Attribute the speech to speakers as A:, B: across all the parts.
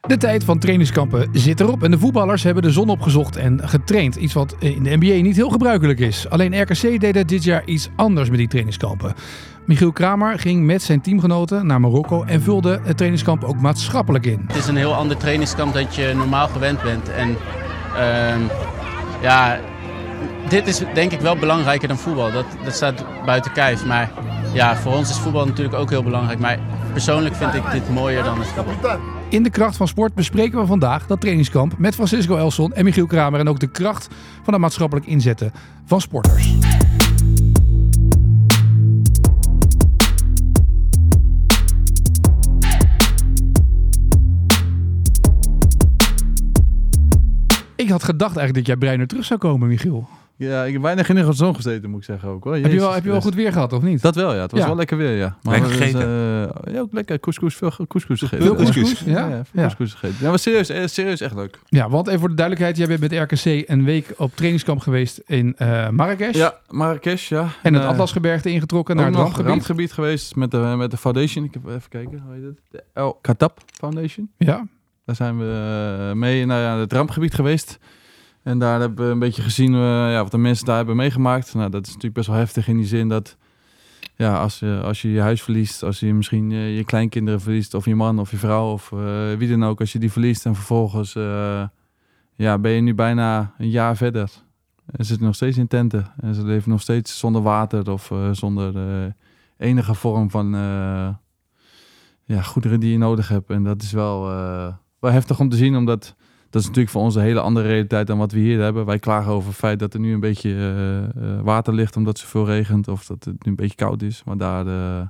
A: De tijd van trainingskampen zit erop en de voetballers hebben de zon opgezocht en getraind. Iets wat in de NBA niet heel gebruikelijk is. Alleen RKC deed het dit jaar iets anders met die trainingskampen. Michiel Kramer ging met zijn teamgenoten naar Marokko en vulde het trainingskamp ook maatschappelijk in.
B: Het is een heel ander trainingskamp dat je normaal gewend bent. En ehm, ja, dit is denk ik wel belangrijker dan voetbal. Dat, dat staat buiten kijf. Maar ja, voor ons is voetbal natuurlijk ook heel belangrijk. Maar persoonlijk vind ik dit mooier dan het voetbal.
A: In de kracht van sport bespreken we vandaag dat trainingskamp met Francisco Elson en Michiel Kramer en ook de kracht van het maatschappelijk inzetten van sporters. Ik had gedacht eigenlijk dat jij breiner terug zou komen, Michiel.
C: Ja, ik heb weinig in de zon gezeten, moet ik zeggen ook. Hoor.
A: Heb je, wel,
C: Jezus
A: heb je wel goed
C: Christus.
A: weer gehad, of niet?
C: Dat wel, ja. Het was
A: Ja.
C: wel lekker weer, ja. we
D: Lekker
C: hebben,
D: gegeten.
C: eh, ja, ook lekker. Couscous, veel couscous gegeten.
A: Veel
C: Ja.
A: couscous, ja?
C: Ja, ja, veel couscous gegeten. Ja, maar serieus, eh, serieus echt leuk.
A: Ja, want even voor de duidelijkheid, jij bent met RKC een week op trainingskamp geweest in eh Marrakesh.
C: Ja, Marrakesh, ja.
A: En het
C: Eh,
A: Atlasgebergte ingetrokken naar
C: ook
A: het
C: nog
A: rampgebied.
C: rampgebied geweest met de, met de foundation. Ik heb even kijken, hoe heet het? De El Katab Foundation.
A: Ja.
C: Daar zijn we eh, mee naar het rampgebied geweest. En daar hebben we een beetje gezien eh, ja, wat de mensen daar hebben meegemaakt. Nou, dat is natuurlijk best wel heftig in die zin dat ja, als, je, als je je huis verliest, als je misschien eh, je kleinkinderen verliest, of je man of je vrouw of eh, wie dan ook, als je die verliest en vervolgens eh, ja, ben je nu bijna een jaar verder. En ze zitten nog steeds in tenten en ze leven nog steeds zonder water of eh, zonder eh, enige vorm van eh, ja, goederen die je nodig hebt. En dat is wel. eh, wel heftig om te zien, omdat dat is natuurlijk voor ons een hele andere realiteit dan wat we hier hebben. Wij klagen over het feit dat er nu een beetje eh, eh, water ligt omdat het zoveel regent of dat het nu een beetje koud is. Maar daar eh,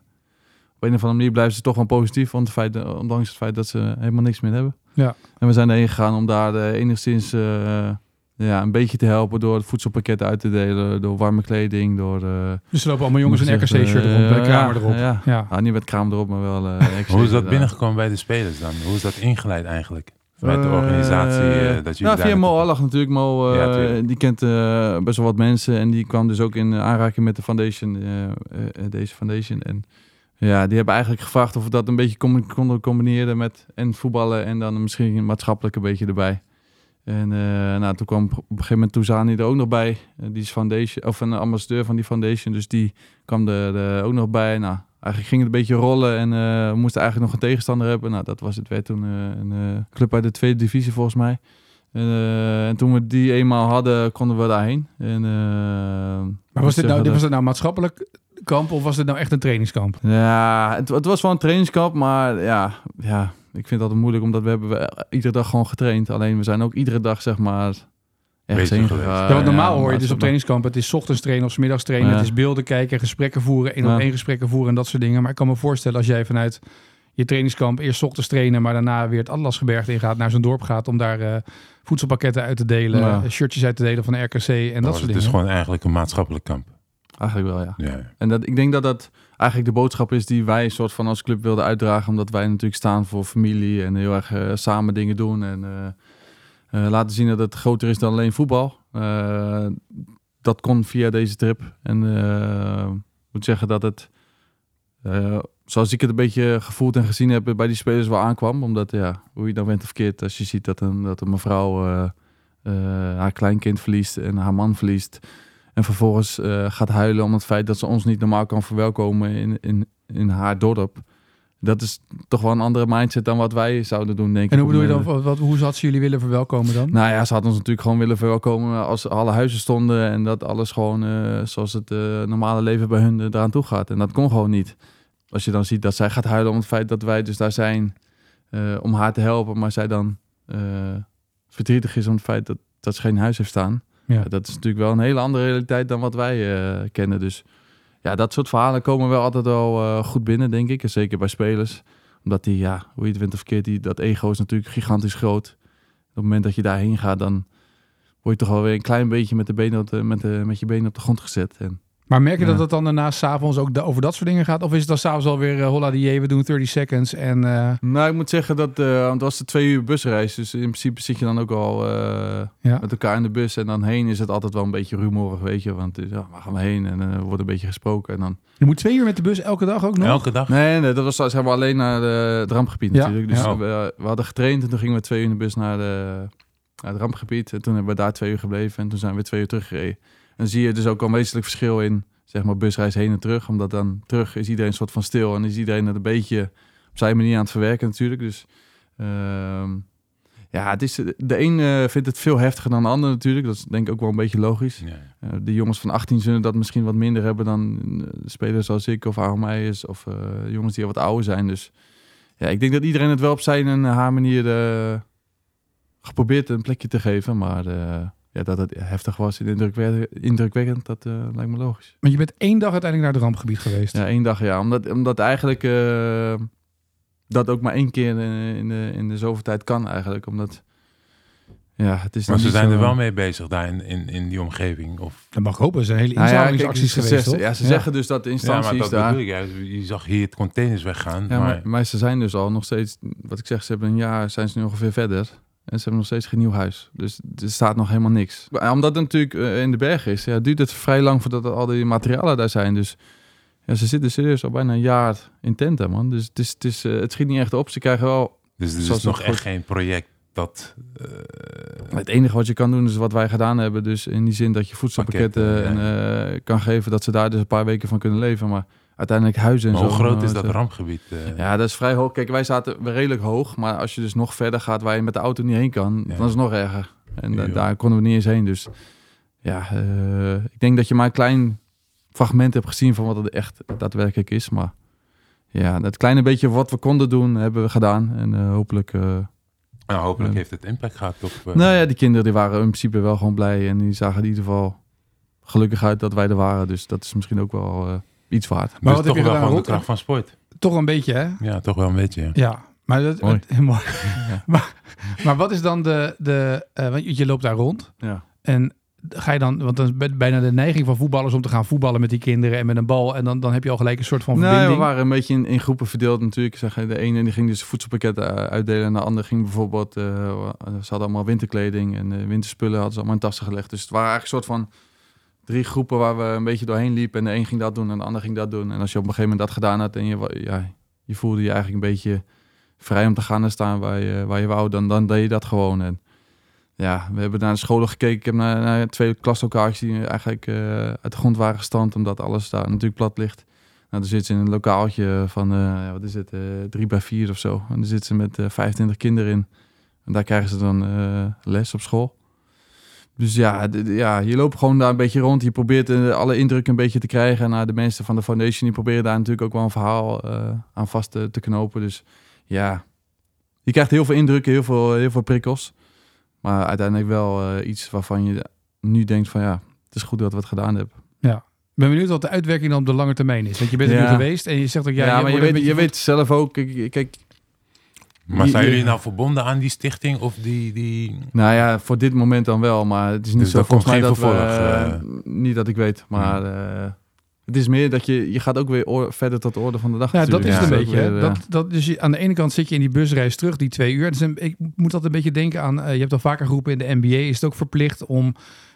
C: op een of andere manier blijven ze toch wel positief, want het feit, eh, ondanks het feit dat ze helemaal niks meer hebben.
A: Ja.
C: En we zijn erheen gegaan om daar eh, enigszins eh, ja, een beetje te helpen door het voedselpakket uit te delen, door warme kleding, door... eh,
A: Dus er lopen allemaal jongens een
C: moet ik zeggen,
A: RKC-shirt erop,
C: eh,
A: bij Kramer
C: ja,
A: erop. Ja.
C: Ja. Nou, niet met kraam erop, maar wel... eh, RKC
D: Hoe is dat
C: inderdaad.
D: binnengekomen bij de spelers dan? Hoe is dat ingeleid eigenlijk? Vanuit de
C: Eh,
D: organisatie eh, dat jullie
C: nou,
D: daar...
C: via Mo Allag natuurlijk. Mo, eh,
D: Ja, tuurlijk.
C: die kent eh, best wel wat mensen. En die kwam dus ook in aanraking met de foundation, eh, eh, deze foundation. En ja, die hebben eigenlijk gevraagd of we dat een beetje com- konden combineren met en voetballen en dan misschien een maatschappelijk een beetje erbij. En eh, nou, toen kwam op een gegeven moment Toezani er ook nog bij. Eh, die is foundation, of een ambassadeur van die foundation. Dus die kwam er, eh, ook nog bij. Nou, eigenlijk ging het een beetje rollen en eh, we moesten eigenlijk nog een tegenstander hebben. Nou, dat was het. Werd toen eh, een eh, club uit de tweede divisie volgens mij. En, eh, en toen we die eenmaal hadden, konden we daarheen. En, eh,
A: Maar was dit, nou,
C: zeggen
A: dit
C: dat- Eh,
A: was dit nou een maatschappelijk kamp of was dit nou echt een trainingskamp?
C: ja, het, het was wel een trainingskamp, maar ja, ja, ik vind het altijd moeilijk, omdat we hebben we iedere dag gewoon getraind. Alleen we zijn ook iedere dag, zeg maar, ergens
D: Bezig
C: heen
D: geweest.
C: gegaan.
A: ja, want normaal
C: Ja,
A: hoor je dus
C: maar
A: op
C: zeg maar-
A: trainingskamp, het is 's ochtends trainen of 's middags trainen,
C: Ja.
A: het is beelden kijken, gesprekken voeren, één
C: Ja.
A: op één gesprekken voeren en dat soort dingen. Maar ik kan me voorstellen als jij vanuit je trainingskamp eerst 's ochtends trainen, maar daarna weer het Atlasgebergte ingaat, naar zo'n dorp gaat om daar eh, voedselpakketten uit te delen,
C: Ja. Oh,
A: eh, shirtjes uit te delen van de RKC en dat,
D: Dan was
A: soort
D: het
A: dingen.
D: dus gewoon eigenlijk een maatschappelijk kamp.
C: Eigenlijk wel, ja.
D: Ja.
C: En dat, ik denk dat dat eigenlijk de boodschap is die wij soort van als club wilden uitdragen. Omdat wij natuurlijk staan voor familie en heel erg eh, samen dingen doen. En eh, eh, laten zien dat het groter is dan alleen voetbal. Eh, dat kon via deze trip. En eh, ik moet zeggen dat het, eh, zoals ik het een beetje gevoeld en gezien heb, bij die spelers wel aankwam. Omdat ja, hoe je dan bent of keert, als je ziet dat een, dat een mevrouw eh, eh, haar kleinkind verliest en haar man verliest. En vervolgens eh, gaat huilen om het feit dat ze ons niet normaal kan verwelkomen in, in, in haar dorp. Dat is toch wel een andere mindset dan wat wij zouden doen, denk ik. eh,
A: En hoe
C: op
A: bedoel je
C: het
A: dan,
C: moment.
A: wat, wat- hoe had ze jullie willen verwelkomen dan?
C: Nou ja, ze had ons natuurlijk gewoon willen verwelkomen als alle huizen stonden. En dat alles gewoon eh, zoals het eh, normale leven bij hun eraan toe gaat. En dat kon gewoon niet. Als je dan ziet dat zij gaat huilen om het feit dat wij dus daar zijn eh, om haar te helpen. Maar zij dan eh, verdrietig is om het feit dat, dat ze geen huis heeft staan.
A: Ja.
C: Ja, dat is natuurlijk wel een hele andere realiteit dan wat wij eh, kennen. Dus ja, dat soort verhalen komen wel altijd wel eh, goed binnen, denk ik. En zeker bij spelers. Omdat die, ja, hoe je het wint of keert, die, dat ego is natuurlijk gigantisch groot. Op het moment dat je daarheen gaat, dan word je toch wel weer een klein beetje met, de benen op de, met, de, met je benen op de grond gezet. En
A: Maar merk je dat
C: Ja.
A: het dan daarna s'avonds ook da- over dat soort dingen gaat? Of is het dan s'avonds alweer eh, holla die jee, we doen 30 seconds en... eh,
C: Nou, ik moet zeggen dat, eh, want het was de twee uur busreis, dus in principe zit je dan ook al eh,
A: Ja.
C: met elkaar in de bus. En dan heen is het altijd wel een beetje rumoerig, weet je. Want eh, ja, waar gaan we heen? En eh, er wordt een beetje gesproken. En dan...
A: je moet twee uur met de bus elke dag ook nog?
D: Elke dag?
C: Nee, nee, dat was zijn we alleen naar de, het rampgebied
A: Ja.
C: natuurlijk. Dus
D: Ja.
C: we, we hadden getraind en toen gingen we twee uur in de bus naar, de, naar het rampgebied. En toen hebben we daar twee uur gebleven en toen zijn we twee uur teruggereden. En dan zie je dus ook al een wezenlijk verschil in, zeg maar, busreis heen en terug. Omdat dan terug is iedereen een soort van stil en is iedereen het een beetje op zijn manier aan het verwerken natuurlijk. Dus ehm, ja, het is, de een eh, vindt het veel heftiger dan de ander natuurlijk. Dat is denk ik ook wel een beetje logisch.
D: Ja.
C: Eh, de jongens van 18 zullen dat misschien wat minder hebben dan eh, spelers zoals ik of Aaron Meijers of eh, jongens die al wat ouder zijn. Dus ja, ik denk dat iedereen het wel op zijn en haar manier eh, geprobeerd een plekje te geven. Maar eh, ja, dat het heftig was en indrukwekkend, indrukwekkend dat eh, lijkt me logisch.
A: Want je bent één dag uiteindelijk naar het rampgebied geweest.
C: Ja, één dag ja. Omdat, omdat eigenlijk eh, dat ook maar één keer in, in, de, in de zoveel tijd kan eigenlijk. Omdat, ja, het is
D: Maar
C: dan
D: ze
C: niet
D: zijn
C: zo-
D: er wel mee bezig daar in, in, in die omgeving. Of,
A: Dat mag ik hopen. Er zijn hele
C: Nou ja, kijk,
A: inzamelingsacties
C: ze
A: geweest,
C: zeggen-
A: toch?
C: Ja, ze zeggen dus dat de
D: ja,
C: instanties
D: maar dat
C: daar...
D: bedoel ik. Ja, je zag hier het containers weggaan.
C: Ja, maar,
D: maar,
C: maar ze zijn dus al nog steeds, wat ik zeg, ze hebben een jaar, zijn ze nu ongeveer verder. En ze hebben nog steeds geen nieuw huis. Dus er staat nog helemaal niks. Maar omdat het natuurlijk eh, in de bergen is, ja, duurt het vrij lang voordat er al die materialen daar zijn. Dus ja, ze zitten serieus al bijna een jaar in tenten, man. Dus het, is, het, is, eh, het schiet niet echt op. Ze krijgen wel...
D: dus er
C: Zoals
D: is nog
C: nog
D: echt
C: goed.
D: geen project dat... eh,
C: Het enige wat je kan doen is wat wij gedaan hebben. Dus in die zin dat je voedselpakketten
D: Pakketten,
C: en, eh, kan geven. Dat ze daar dus een paar weken van kunnen leven. Maar uiteindelijk huizen en
D: maar
C: zo.
D: hoe groot is
C: eh,
D: dat rampgebied? eh?
C: Ja, dat is vrij hoog. Kijk, wij zaten redelijk hoog. Maar als je dus nog verder gaat waar je met de auto niet heen kan,
D: Ja.
C: dan is het nog erger. En da-
D: Ja.
C: daar konden we niet eens heen. Dus ja, eh, ik denk dat je maar een klein fragment hebt gezien van wat het echt daadwerkelijk is. Maar ja, dat kleine beetje wat we konden doen, hebben we gedaan. En eh, hopelijk... eh,
D: Nou, hopelijk
C: Ja.
D: heeft het impact gehad op... eh,
C: nou ja, die kinderen die waren in principe wel gewoon blij. En die zagen in ieder geval gelukkig uit dat wij er waren. Dus dat is misschien ook wel eh, iets waard.
A: Maar wat
D: dus
A: heb
D: toch
A: je
D: wel
A: gedaan,
D: gewoon
A: Rob?
D: de kracht van sport.
A: Toch een beetje, hè?
D: Ja, toch wel een beetje. ja.
A: Ja, maar, dat,
C: Mooi.
A: het- mooi.
C: Ja.
A: maar, maar wat is dan de... de eh, want je je loopt daar rond
C: Ja.
A: en ga je dan... Want dan is bij- bijna de neiging van voetballers om te gaan voetballen met die kinderen en met een bal. En dan, dan heb je al gelijk een soort van
C: Nee, Nou, we
A: verbinding.
C: waren een beetje in, in groepen verdeeld natuurlijk. Zeg, de ene die ging dus voedselpakketten eh, uitdelen en de andere ging bijvoorbeeld... eh, ze hadden allemaal winterkleding en eh, winterspullen hadden ze allemaal in tassen gelegd. Dus het waren eigenlijk een soort van drie groepen waar we een beetje doorheen liepen. En de een ging dat doen en de ander ging dat doen. En als je op een gegeven moment dat gedaan had en je, wa- ja, je voelde je eigenlijk een beetje vrij om te gaan en staan waar je, waar je wou, dan, dan deed je dat gewoon. En ja, we hebben naar de scholen gekeken. Ik heb naar, naar twee klaslocaties die eigenlijk eh, uit de grond waren gestampt, omdat alles daar natuurlijk plat ligt. Nou, dan zit ze in een lokaaltje van, eh, ja, wat is het, eh, drie bij vier of zo. En dan zitten ze met eh 25 kinderen in. En daar krijgen ze dan eh, les op school. Dus ja, d- d- ja, je loopt gewoon daar een beetje rond. Je probeert eh, alle indruk een beetje te krijgen. En nou, de mensen van de foundation die proberen daar natuurlijk ook wel een verhaal eh, aan vast te, te knopen. Dus ja, je krijgt heel veel indrukken, heel veel, heel veel prikkels. Maar uiteindelijk wel eh, iets waarvan je nu denkt van ja, het is goed dat we het gedaan hebben.
A: Ik ben benieuwd wat de uitwerking dan op de lange termijn is. Want je bent er
C: Ja.
A: nu geweest en je zegt ook... Ja,
C: Ja, maar je
A: wordt een
C: weet, je
A: beetje-
C: weet zelf ook, kijk, kijk
D: Maar
C: Je-
D: zijn
C: je-
D: jullie nou verbonden aan die stichting of die... die...
C: Nou ja, voor dit moment dan wel, maar het is niet
D: Dus
C: zo
D: daar
C: volgens mij
D: komt
C: dat
D: geen
C: we, eh,
D: vervolg, eh,
C: niet dat ik weet, maar eh, het is meer dat je je gaat ook weer oor- verder tot de orde van de dag.
A: Ja, dat is
D: Ja,
A: het een
D: dat
A: beetje. hè. dat, dat, dus je- aan de ene kant zit je in die busreis terug, die twee uur. Dus een- ik moet dat een beetje denken aan, eh, je hebt al vaker geroepen in de NBA, is het ook verplicht om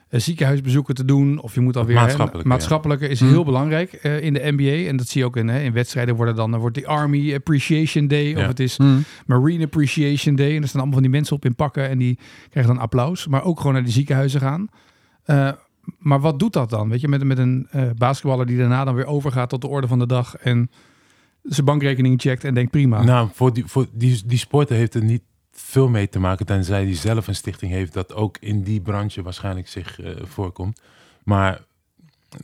A: eh, ziekenhuisbezoeken te doen? Of je moet alweer... hè,
D: Maatschappelijke, ja. Mhm.
A: maatschappelijke is
C: Hm.
A: heel belangrijk eh, in de NBA. En dat zie je ook in, hè, in wedstrijden worden dan, dan wordt die Army Appreciation Day of
D: Ja.
A: het is
C: Hmm.
A: Marine Appreciation Day. En er staan allemaal van die mensen op in pakken en die krijgen dan applaus. Maar ook gewoon naar die ziekenhuizen gaan. Eh, maar wat doet dat dan? Weet je, met, met een eh basketballer die daarna dan weer overgaat tot de orde van de dag. En zijn bankrekening checkt en denkt prima.
D: Nou, voor die, voor die, die sporten heeft er niet veel mee te maken. Tenzij die zelf een stichting heeft dat ook in die branche waarschijnlijk zich eh, voorkomt. Maar eh,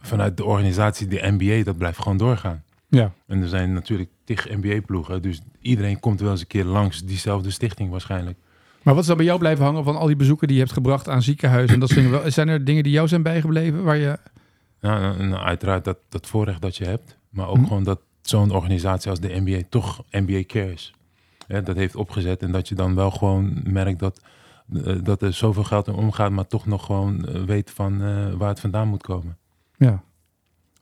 D: vanuit de organisatie, de NBA, dat blijft gewoon doorgaan.
A: ja.
D: En er zijn natuurlijk tig NBA-ploegen. Dus iedereen komt wel eens een keer langs diezelfde stichting waarschijnlijk.
A: Maar wat is dan bij jou blijven hangen van al die bezoeken die je hebt gebracht aan ziekenhuizen? En dat soort dingen? Wel- zijn er dingen die jou zijn bijgebleven? Waar je...
D: Nou, en- en uiteraard dat, dat voorrecht dat je hebt. Maar ook
A: Mhm.
D: gewoon dat zo'n organisatie als de NBA toch NBA cares. Hè, dat heeft opgezet. En dat je dan wel gewoon merkt dat, eh, dat er zoveel geld in omgaat. Maar toch nog gewoon eh, weet van eh, waar het vandaan moet komen.
A: ja.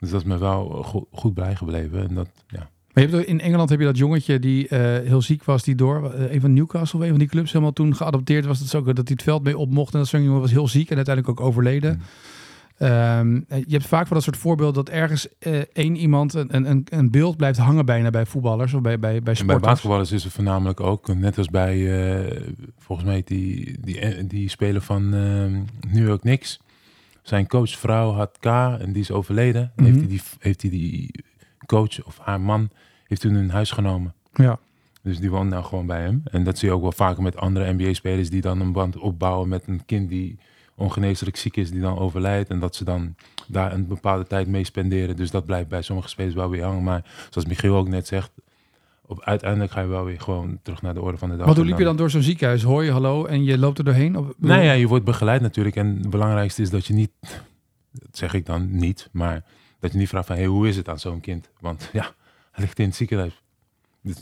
D: Dus dat is me wel eh, go- goed bijgebleven. En dat, ja.
A: Maar je hebt ook- in Engeland heb je dat jongetje die eh, heel ziek was, die door eh, een van Newcastle, of een van die clubs, helemaal toen geadopteerd was. Dat, is ook, dat hij het veld mee op mocht. En dat zo'n jongen was heel ziek en uiteindelijk ook overleden.
D: Mm.
A: Ehm, eh, je hebt vaak van dat soort voorbeelden dat ergens eh, één iemand een, een- een, een beeld blijft hangen bijna bij voetballers of bij, bij, bij
D: En bij
A: sporters.
D: basketballers is het voornamelijk ook, net als bij, eh, volgens mij heet die, die, die speler van ehm New York Knicks. Zijn coachvrouw had K en die is overleden.
A: Mhm.
D: Heeft hij die, heeft hij die coach of haar man, heeft toen hun huis genomen.
A: Ja.
D: Dus die woont nou gewoon bij hem. En dat zie je ook wel vaker met andere NBA-spelers die dan een band opbouwen met een kind die ongeneeslijk ziek is, die dan overlijdt. En dat ze dan daar een bepaalde tijd mee spenderen. Dus dat blijft bij sommige spelers wel weer hangen. Maar zoals Michiel ook net zegt, op, uiteindelijk ga je wel weer gewoon terug naar de orde van de dag.
A: Want hoe
D: En
A: liep je dan door zo'n ziekenhuis? Hoor je hallo en je loopt er doorheen? Of-
D: nou eh, ja, je wordt begeleid natuurlijk. En het belangrijkste is dat je niet, dat zeg ik dan niet, maar dat je niet vraagt van hey, hoe is het aan zo'n kind? Want ja, hij ligt in het ziekenhuis. Dus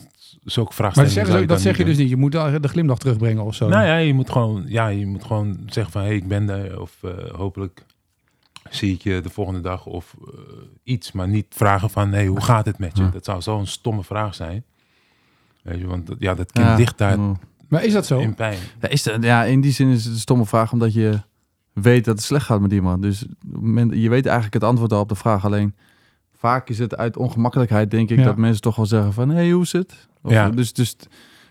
D: zulke
A: Maar dat,
D: vraagstellingen
A: zeggen
D: zou
A: ze ook-
D: dan
A: dat zeg je
D: niet
A: dus niet. Je moet daar de glimlach terugbrengen of zo.
D: Nou ja, je moet gewoon, ja, je moet gewoon zeggen van hé, hey, ik ben daar. Of eh, hopelijk zie ik je de volgende dag of eh, iets. Maar niet vragen van hé, hey, hoe gaat het met je?
A: Hm.
C: Ja.
D: Dat zou zo'n stomme vraag zijn. Weet je, want dat- ja, dat kind
C: Ja.
D: ligt daar
C: Mm.
A: Maar is dat zo?
D: in pijn.
C: Ja, is dat, ja, in die zin is het een stomme vraag, omdat je weet dat het slecht gaat met iemand. Dus op het moment- je weet eigenlijk het antwoord al op de vraag. Alleen vaak is het uit ongemakkelijkheid, denk ik,
A: Ja.
C: dat mensen toch wel zeggen van... hey, hoe is het? Of,
D: Ja.
C: Dus, dus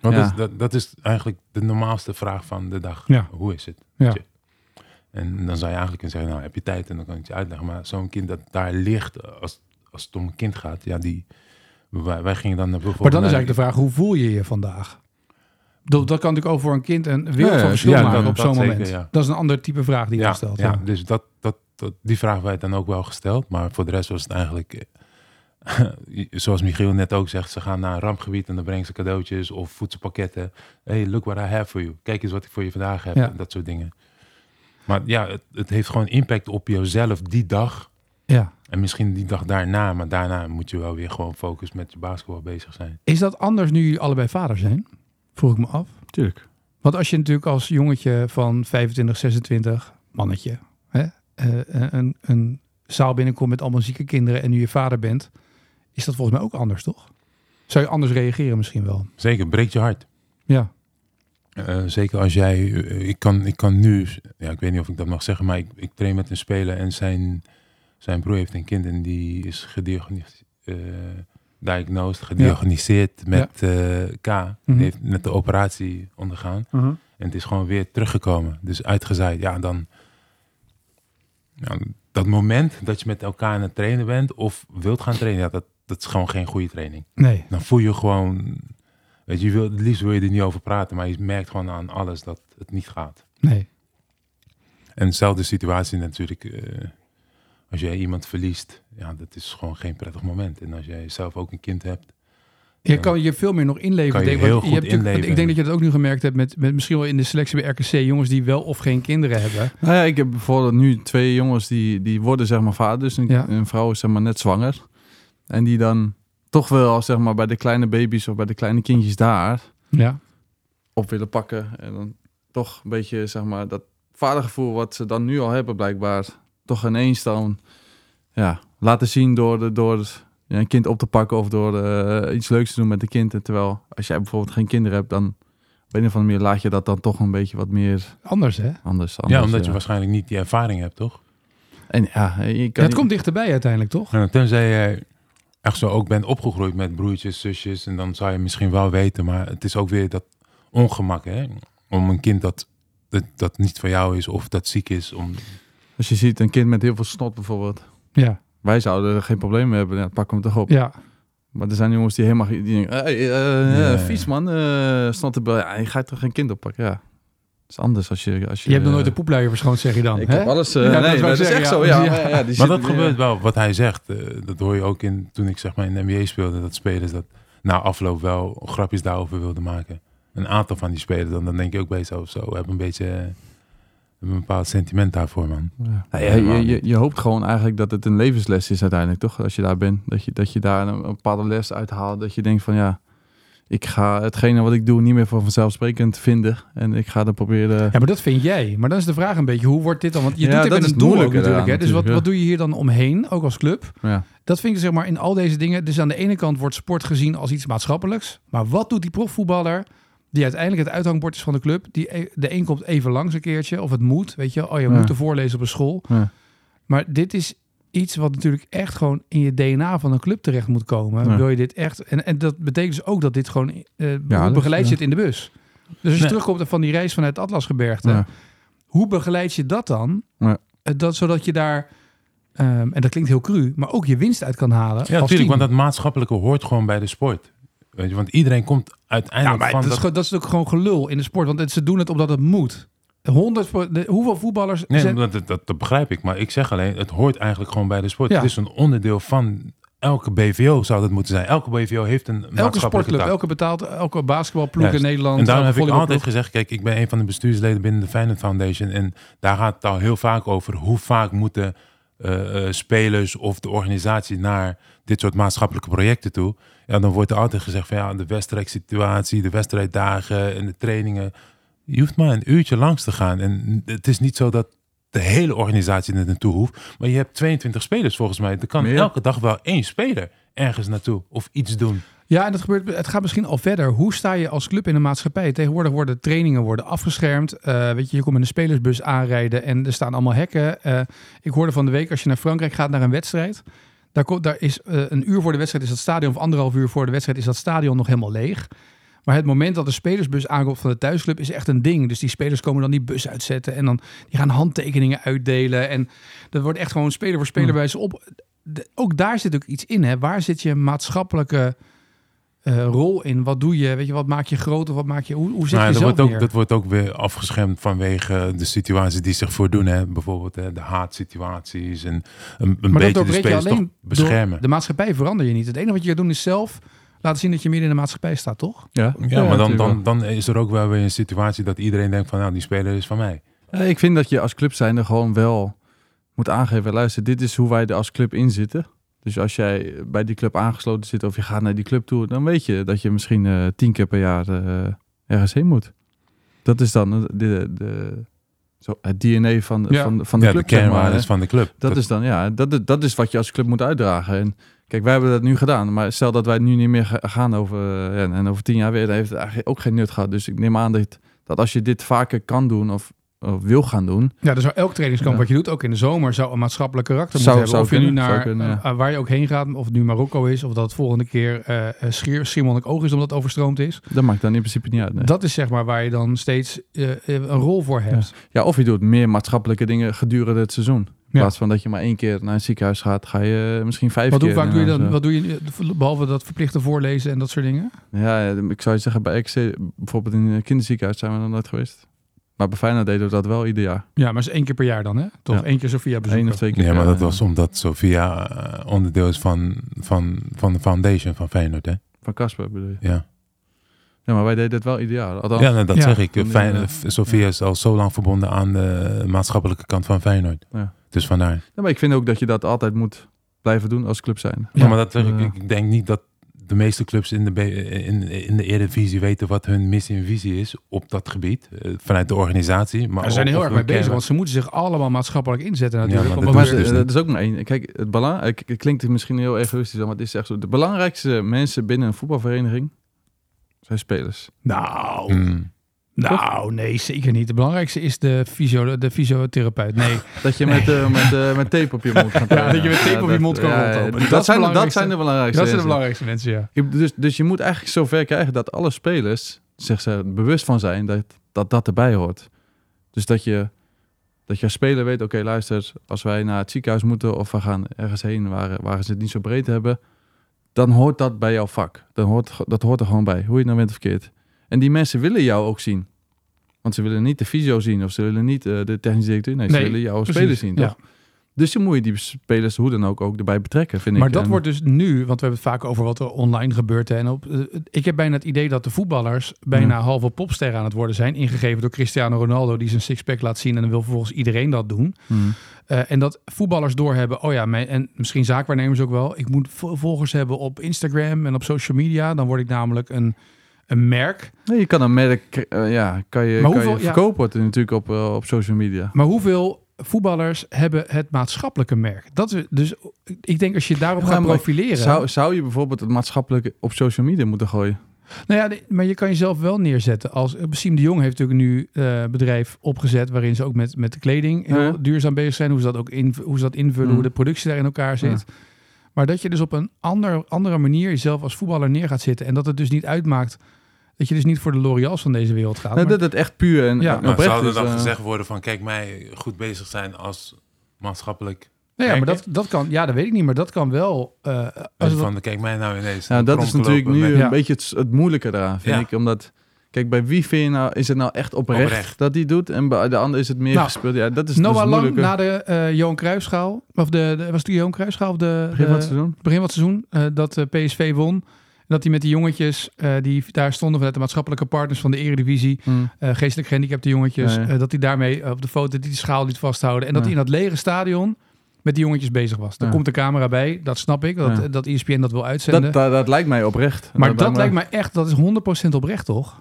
D: Want dat,
C: Ja.
D: is, dat, dat is eigenlijk de normaalste vraag van de dag.
A: Ja.
D: Hoe is het?
A: Ja.
D: Tje. En dan zou je eigenlijk kunnen zeggen, nou heb je tijd en dan kan ik je uitleggen. Maar zo'n kind dat daar ligt, als, als het om een kind gaat, ja, die, wij, wij gingen dan naar
A: Maar
D: bijvoorbeeld...
A: dan is
D: naar-
A: eigenlijk de vraag, hoe voel je je vandaag? Dat, dat kan natuurlijk ook voor een kind een wereld
C: Ja,
A: van
C: ja,
A: verschil
D: ja,
A: maken
D: dat-
A: op
D: dat
A: zo'n
D: zeker,
A: moment.
D: ja.
A: Dat is een ander type vraag die je
D: ja,
A: dan stelt.
D: Ja,
A: Ja.
D: dus dat, dat, dat, die vraag werd dan ook wel gesteld. Maar voor de rest was het eigenlijk, eh, zoals Michiel net ook zegt, ze gaan naar een rampgebied en dan brengen ze cadeautjes of voedselpakketten. Hey, look what I have for you. Kijk eens wat ik voor je vandaag heb.
A: Ja.
D: En dat soort dingen. Maar ja, het, het heeft gewoon impact op jouzelf die dag.
A: Ja.
D: En misschien die dag daarna, maar daarna moet je wel weer gewoon focus met je basketbal bezig zijn.
A: Is dat anders nu jullie allebei vader zijn? Vroeg ik me af.
C: Tuurlijk.
A: Want als je natuurlijk als jongetje van 25, 26, mannetje, hè, eh, een, een zaal binnenkomt met allemaal zieke kinderen en nu je vader bent, is dat volgens mij ook anders, toch? Zou je anders reageren misschien wel?
D: Zeker, breekt je hart.
A: Ja.
D: Eh, zeker als jij, eh, ik, kan, ik kan nu, ja, ik weet niet of ik dat mag zeggen, maar ik, ik train met een speler en zijn, zijn broer heeft een kind en die is gediagnosticeerd, eh, diagnosed, gediagnosticeerd met eh, K.
A: Mhm.
D: Die heeft net de operatie ondergaan en het is gewoon weer teruggekomen, dus uitgezaaid. Ja, dan ja, dat moment dat je met elkaar aan het trainen bent of wilt gaan trainen, ja, dat, dat is gewoon geen goede training
A: Nee.
D: dan voel je gewoon, weet je, je wil, het liefst wil je er niet over praten, maar je merkt gewoon aan alles dat het niet gaat.
A: Nee.
D: En dezelfde situatie natuurlijk, eh, als jij iemand verliest, ja, dat is gewoon geen prettig moment. En als jij zelf ook een kind hebt,
A: Je kan je veel meer nog inleven.
D: Kan je
A: denk ik, want
D: heel goed
A: hebt natuurlijk-
D: inleven.
A: Ik denk dat je dat ook nu gemerkt hebt met, met misschien wel in de selectie bij RKC jongens die wel of geen kinderen hebben.
C: Nou ja, ik heb bijvoorbeeld nu twee jongens die, die worden zeg maar vaders. Een,
A: Ja.
C: een vrouw is zeg maar net zwanger. En die dan toch wel zeg maar bij de kleine baby's of bij de kleine kindjes daar
A: Ja.
C: op willen pakken. En dan toch een beetje, zeg maar, dat vadergevoel wat ze dan nu al hebben blijkbaar, toch ineens dan ja, laten zien door, de, door het- ja, een kind op te pakken of door eh, iets leuks te doen met een kind. En terwijl als jij bijvoorbeeld geen kinderen hebt, dan op een of andere manier laat je dat dan toch een beetje wat meer
A: Anders hè?
C: anders. anders
D: ja, omdat je
C: ja.
D: waarschijnlijk niet die ervaring hebt, toch?
C: En ja, je
A: Ja,
C: kan
A: het
C: niet-
A: komt dichterbij uiteindelijk toch?
D: En tenzij jij echt zo ook bent opgegroeid met broertjes, zusjes, en dan zou je misschien wel weten, maar het is ook weer dat ongemak, hè? Om een kind dat, dat, dat niet van jou is of dat ziek is, om
C: Als je ziet een kind met heel veel snot bijvoorbeeld.
A: Ja.
C: Wij zouden er geen probleem mee hebben, ja, pak hem toch op.
A: Ja.
C: Maar er zijn jongens die helemaal die denken, hey, eh, eh,
D: Ja.
C: vies man, eh snot de bel. Ja, je gaat toch geen kind oppakken? Ja, het is anders als je... Als je,
A: Je hebt nog nooit
C: eh,
A: de poepluier verschoond zeg je dan.
C: Ik
A: hè?
C: heb alles... eh,
A: Ja, dat
C: nee,
A: wou
C: dat,
A: ik
C: is
A: zeggen,
C: echt
A: ja.
C: zo, ja.
A: Ja.
C: ja, ja, die
D: Maar
C: zitten
D: dat
C: weer-
D: gebeurt wel. Wat hij zegt, eh, dat hoor je ook in toen ik zeg maar in de NBA speelde, dat spelers dat na afloop wel grapjes daarover wilden maken. Een aantal van die spelers, dan, dan denk je ook bij jezelf zo, heb een beetje eh, een bepaald sentiment daarvoor, man.
C: Ja. Nou ja,
D: Helemaal
C: je, je,
D: niet.
C: je hoopt gewoon eigenlijk dat het een levensles is uiteindelijk, toch? Als je daar bent, dat je, dat je daar een, een bepaalde les uithaalt. Dat je denkt van ja, ik ga hetgene wat ik doe niet meer voor vanzelfsprekend vinden. En ik ga er proberen...
A: Ja, maar dat vind jij. Maar dan is de vraag een beetje, hoe wordt dit dan? Want je
C: Ja,
A: doet dit
C: dat
A: met
C: is
A: een doel ook
C: moeilijker
A: natuurlijk.
C: eraan
A: hè? Dus wat,
C: natuurlijk,
A: wat doe je hier dan omheen, ook als club?
C: Ja.
A: Dat vind ik zeg maar in al deze dingen. Dus aan de ene kant wordt sport gezien als iets maatschappelijks. Maar wat doet die profvoetballer die uiteindelijk het uithangbord is van de club? Die, e- de een komt even langs een keertje of het moet. Weet je, oh je
C: Ja.
A: moet ervoor lezen op een school.
C: Ja.
A: Maar dit is iets wat natuurlijk echt gewoon in je DNA van een club terecht moet komen.
C: Ja.
A: Wil je dit echt? En, en dat betekent dus ook dat dit gewoon eh, hoe
C: dat-
A: begeleid
C: ja.
A: zit in de bus. Dus als je
D: Nee.
A: terugkomt van die reis vanuit het Atlasgebergte,
C: Ja.
A: hoe begeleid je dat dan?
C: Ja.
A: Eh, Dat, zodat je daar, ehm, en dat klinkt heel cru, maar ook je winst uit kan halen. als
D: Ja, natuurlijk,
A: team.
D: want dat maatschappelijke hoort gewoon bij de sport. Weet je, want iedereen komt
A: ja,
D: uiteindelijk
A: maar
D: van
A: dat, is,
D: dat...
A: gewoon- dat is natuurlijk gewoon gelul in de sport, want het- ze doen het omdat het moet. 100 voor- de- hoeveel voetballers
D: Nee,
A: zijn-
D: dat, dat, dat, dat begrijp ik. Maar ik zeg alleen, het hoort eigenlijk gewoon bij de sport.
A: Ja.
D: Het is een onderdeel van elke BVO zou dat moeten zijn. Elke BVO heeft een
A: elke
D: maatschappelijke
A: sportclub,
D: taak.
A: elke betaald, elke basketbalploeg
D: Juist.
A: in Nederland.
D: En daarom heb
A: elke
D: ik altijd
A: volleybalploeg.
D: gezegd, kijk, ik ben een van de bestuursleden binnen de Feyenoord Foundation. En daar gaat het al heel vaak over hoe vaak moeten eh, eh, spelers of de organisatie naar dit soort maatschappelijke projecten toe. Ja, dan wordt er altijd gezegd van ja, de wedstrijdsituatie, de wedstrijddagen en de trainingen. Je hoeft maar een uurtje langs te gaan. En het is niet zo dat de hele organisatie er naartoe hoeft. Maar je hebt 22 spelers volgens mij. Er kan
C: Meer.
D: elke dag wel één speler ergens naartoe of iets doen.
A: Ja, en dat gebeurt, het gaat misschien al verder. Hoe sta je als club in de maatschappij? Tegenwoordig worden trainingen worden afgeschermd. Eh, weet je, je komt in een spelersbus aanrijden en er staan allemaal hekken. Eh, ik hoorde van de week, als je naar Frankrijk gaat naar een wedstrijd. Daar, komt, daar is eh, een uur voor de wedstrijd is dat stadion, of anderhalf uur voor de wedstrijd is dat stadion nog helemaal leeg. Maar het moment dat de spelersbus aankomt van de thuisclub is echt een ding. Dus die spelers komen dan die bus uitzetten en dan die gaan handtekeningen uitdelen. En dat wordt echt gewoon speler voor
D: Hmm.
A: speler bij ze op. De- ook daar zit ook iets in. Hè? Waar zit je maatschappelijke eh, rol in? Wat doe je? Weet je, wat maak je groot of wat maak je? Hoe, hoe zit
D: Nou,
A: je
D: dat,
A: zelf
D: wordt ook,
A: neer?
D: dat wordt ook weer afgeschermd vanwege eh, de situaties die zich voordoen. Hè? Bijvoorbeeld hè, de haatsituaties en een, een
A: maar dat
D: beetje de
A: doorbreek je
D: spelers toch
A: alleen door
D: beschermen.
A: de maatschappij verander je niet. Het enige wat je gaat doen is zelf laten zien dat je midden in de maatschappij staat, toch?
C: Ja,
D: Ja, maar dan,
C: natuurlijk wel.
D: dan, dan is er ook wel weer een situatie dat iedereen denkt van nou, die speler is van mij.
C: Ja, Eh, ik vind dat je als club zijnde gewoon wel moet aangeven, luister, dit is hoe wij er als club in zitten. Dus als jij bij die club aangesloten zit of je gaat naar die club toe, dan weet je dat je misschien eh, tien keer per jaar eh, ergens heen moet. Dat is dan de, de, de- zo, het DNA van,
A: Ja.
C: van, van de
D: ja,
C: club.
D: de
C: zeg maar,
D: kernwaardes
C: hè.
D: van de club.
C: Dat is dan, ja, dat, is- dat is wat je als club moet uitdragen. En kijk, wij hebben dat nu gedaan, maar stel dat wij het nu niet meer ga- gaan over, eh, en, en over tien jaar weer, dan heeft het eigenlijk ook geen nut gehad. Dus ik neem aan dat, dat als je dit vaker kan doen of, of wil gaan doen,
A: Ja, dus elk trainingskamp
C: Ja.
A: wat je doet, ook in de zomer, zou een maatschappelijk karakter
C: Zou-
A: moeten hebben.
C: zou
A: of je
C: kunnen,
A: nu naar
C: zou kunnen,
A: eh, waar je ook heen gaat, of het nu Marokko is, of dat het volgende keer eh eh, Schier, Schiermonnikoog is omdat het overstroomd is.
C: Dat maakt dan in principe niet uit. nee.
A: Dat is zeg maar waar je dan steeds eh, eh, een rol voor hebt.
C: Ja, of je doet meer maatschappelijke dingen gedurende het seizoen.
A: Ja.
C: In plaats van dat je maar één keer naar een ziekenhuis gaat, ga je misschien vijf
A: Wat, hoe
C: keer.
A: vaak doe je
C: naar
A: dan?
C: zo.
A: Wat doe je eh, behalve dat verplichte voorlezen en dat soort dingen?
C: Ja, eh, ik zou je zeggen, bij XC, bijvoorbeeld in een kinderziekenhuis zijn we nog nooit geweest. Maar bij Feyenoord deden we dat wel ieder jaar.
A: Ja, maar is één keer per jaar dan, hè? Toch?
C: Ja.
A: Eén keer Sofia
C: Eén
A: bezoeken.
C: of twee keer.
D: Ja, maar
C: per
D: dat
C: jaar.
D: was omdat Sofia eh, onderdeel is van, van, van de foundation van Feyenoord. Hè?
C: Van Casper bedoel je.
D: Ja.
C: Ja, maar wij deden dat wel ieder jaar. Althans,
D: ja, nou, dat
A: Ja.
D: zeg ik. Eh,
C: Oh. Ja.
D: Feyenoord- Sofia is al zo lang verbonden aan de maatschappelijke kant van Feyenoord.
C: Ja.
D: Dus vandaar.
C: ja, maar ik vind ook dat je dat altijd moet blijven doen als club zijn.
D: Ja,
A: Ja.
D: maar dat, zeg ik,
C: Ja.
D: ik denk niet dat de meeste clubs in de, B- in, in de Eredivisie weten wat hun missie en visie is op dat gebied. eh, vanuit de organisatie. Maar
A: Ze zijn er
D: ook
A: heel erg mee
D: hun
A: bezig,
D: kern.
A: want ze moeten zich allemaal maatschappelijk inzetten natuurlijk.
D: maar
A: om
D: dat
A: ook-
C: Maar
D: doen ze
C: het-
D: dus
C: dat
D: niet.
C: is ook maar één. Kijk, het belangrijk het klinkt misschien heel egoïstisch, maar het is echt zo. De belangrijkste mensen binnen een voetbalvereniging zijn spelers.
A: Nou,
C: Hm.
D: Mm.
A: nou, nee, zeker niet. Het belangrijkste is de, fysio, de fysiotherapeut. Nee,
C: Dat je met, eh, met, eh, met tape op je mond gaat.
A: Ja, dat je met tape op je mond kan
C: rondlopen.
A: rondlopen.
C: Dat,
A: Dat is
C: zijn,
A: het
C: dat zijn de belangrijkste.
A: dat zijn de
C: mensen.
A: belangrijkste mensen, ja.
C: Ik- Dus, dus je moet eigenlijk zover krijgen dat alle spelers zich ze bewust van zijn dat dat, dat erbij hoort. Dus dat je, dat je als speler weet, oké luister, als wij naar het ziekenhuis moeten of we gaan ergens heen waar, waar ze het niet zo breed hebben, dan hoort dat bij jouw vak. Dan hoort, ge- dat hoort er gewoon bij, hoe je het nou bent of verkeerd. En die mensen willen jou ook zien. Want ze willen niet de fysio zien of ze willen niet eh, de technische directeur. Nee, ze
A: Nee,
C: willen jouw
A: precies,
C: spelers zien.
A: ja.
C: Toch? Dus dan moet je die spelers hoe dan ook, ook erbij betrekken, vind
A: Maar
C: ik.
A: dat
C: En-
A: wordt dus nu, want we hebben het vaak over wat er online gebeurt. hè, En op, eh, ik heb bijna het idee dat de voetballers bijna
C: Hm.
A: halve popsterren aan het worden zijn. Ingegeven door Cristiano Ronaldo, die zijn sixpack laat zien. En dan wil vervolgens iedereen dat doen.
C: Mhm.
A: Eh, en dat voetballers doorhebben, oh ja, mijn, en misschien zaakwaarnemers ook wel. Ik moet vo- volgers hebben op Instagram en op social media. Dan word ik namelijk een, een merk.
C: Nee, je kan een merk, eh, ja, kan je,
A: Maar
C: kan
A: hoeveel-
C: je
A: ja.
C: verkopen het natuurlijk op, eh, op social media.
A: Maar hoeveel voetballers hebben het maatschappelijke merk? Dat is, dus ik denk als je daarop
C: Ja,
A: gaat
C: maar
A: profileren.
C: Zou, zou je bijvoorbeeld het maatschappelijke op social media moeten gooien?
A: Nou ja, de- maar je kan jezelf wel neerzetten. Als eh, Siem de Jong heeft natuurlijk nu eh, een bedrijf opgezet waarin ze ook met, met de kleding heel
C: Ja.
A: duurzaam bezig zijn. Hoe ze dat ook in, hoe ze dat invullen,
C: Mm.
A: hoe de productie daar in elkaar zit. Maar dat je dus op een ander, andere manier jezelf als voetballer neer gaat zitten. En dat het dus niet uitmaakt dat je dus niet voor de L'Oreal's van deze wereld gaat.
C: Nou,
A: maar-
C: dat het echt puur en,
A: Ja.
C: en
A: Nou,
D: Nou,
C: oprecht
D: zou er
C: is,
D: dan
C: eh,
D: gezegd worden van... kijk, mij goed bezig zijn als maatschappelijk...
A: nou ja, maar dat,
D: Kijk,
A: dat kan, ja, dat weet ik niet, maar dat kan wel. eh, als het-
D: van, kijk mij nou ineens.
C: Ja, dat is
D: krom
C: natuurlijk
D: lopen
C: nu
D: met-
C: een
A: Ja.
C: beetje het, het moeilijke eraan, vind
D: Ja.
C: ik. Omdat, kijk, bij wie vind je nou, is het nou echt oprecht,
D: Oprecht.
C: dat die doet? En bij de ander is het meer
A: Nou,
C: gespeeld. Ja, dat is dus
A: Noah Lang
C: moeilijker.
A: na de eh Johan Cruijffschaal, of de, de- was het de Johan Cruijffschaal? Of de,
C: Begin van het
A: de-
C: seizoen?
A: begin van het seizoen eh, dat eh, PSV won. En dat hij met die jongetjes eh, die daar stonden vanuit de maatschappelijke partners van de Eredivisie,
C: Hm.
A: eh, geestelijk gehandicapte jongetjes,
C: Ja, ja.
A: eh, dat hij daarmee op de foto die, die schaal liet vasthouden. En dat
C: Ja.
A: hij in dat lege stadion met die jongetjes bezig was. Daar
C: Ja.
A: komt de camera bij, dat snap ik, dat,
C: Ja.
A: dat E ESPN dat wil
C: Dat,
A: uitzenden.
C: dat, dat lijkt mij oprecht.
A: maar dat, lijkt mij echt, dat is 100% oprecht,
C: Oh,
A: toch?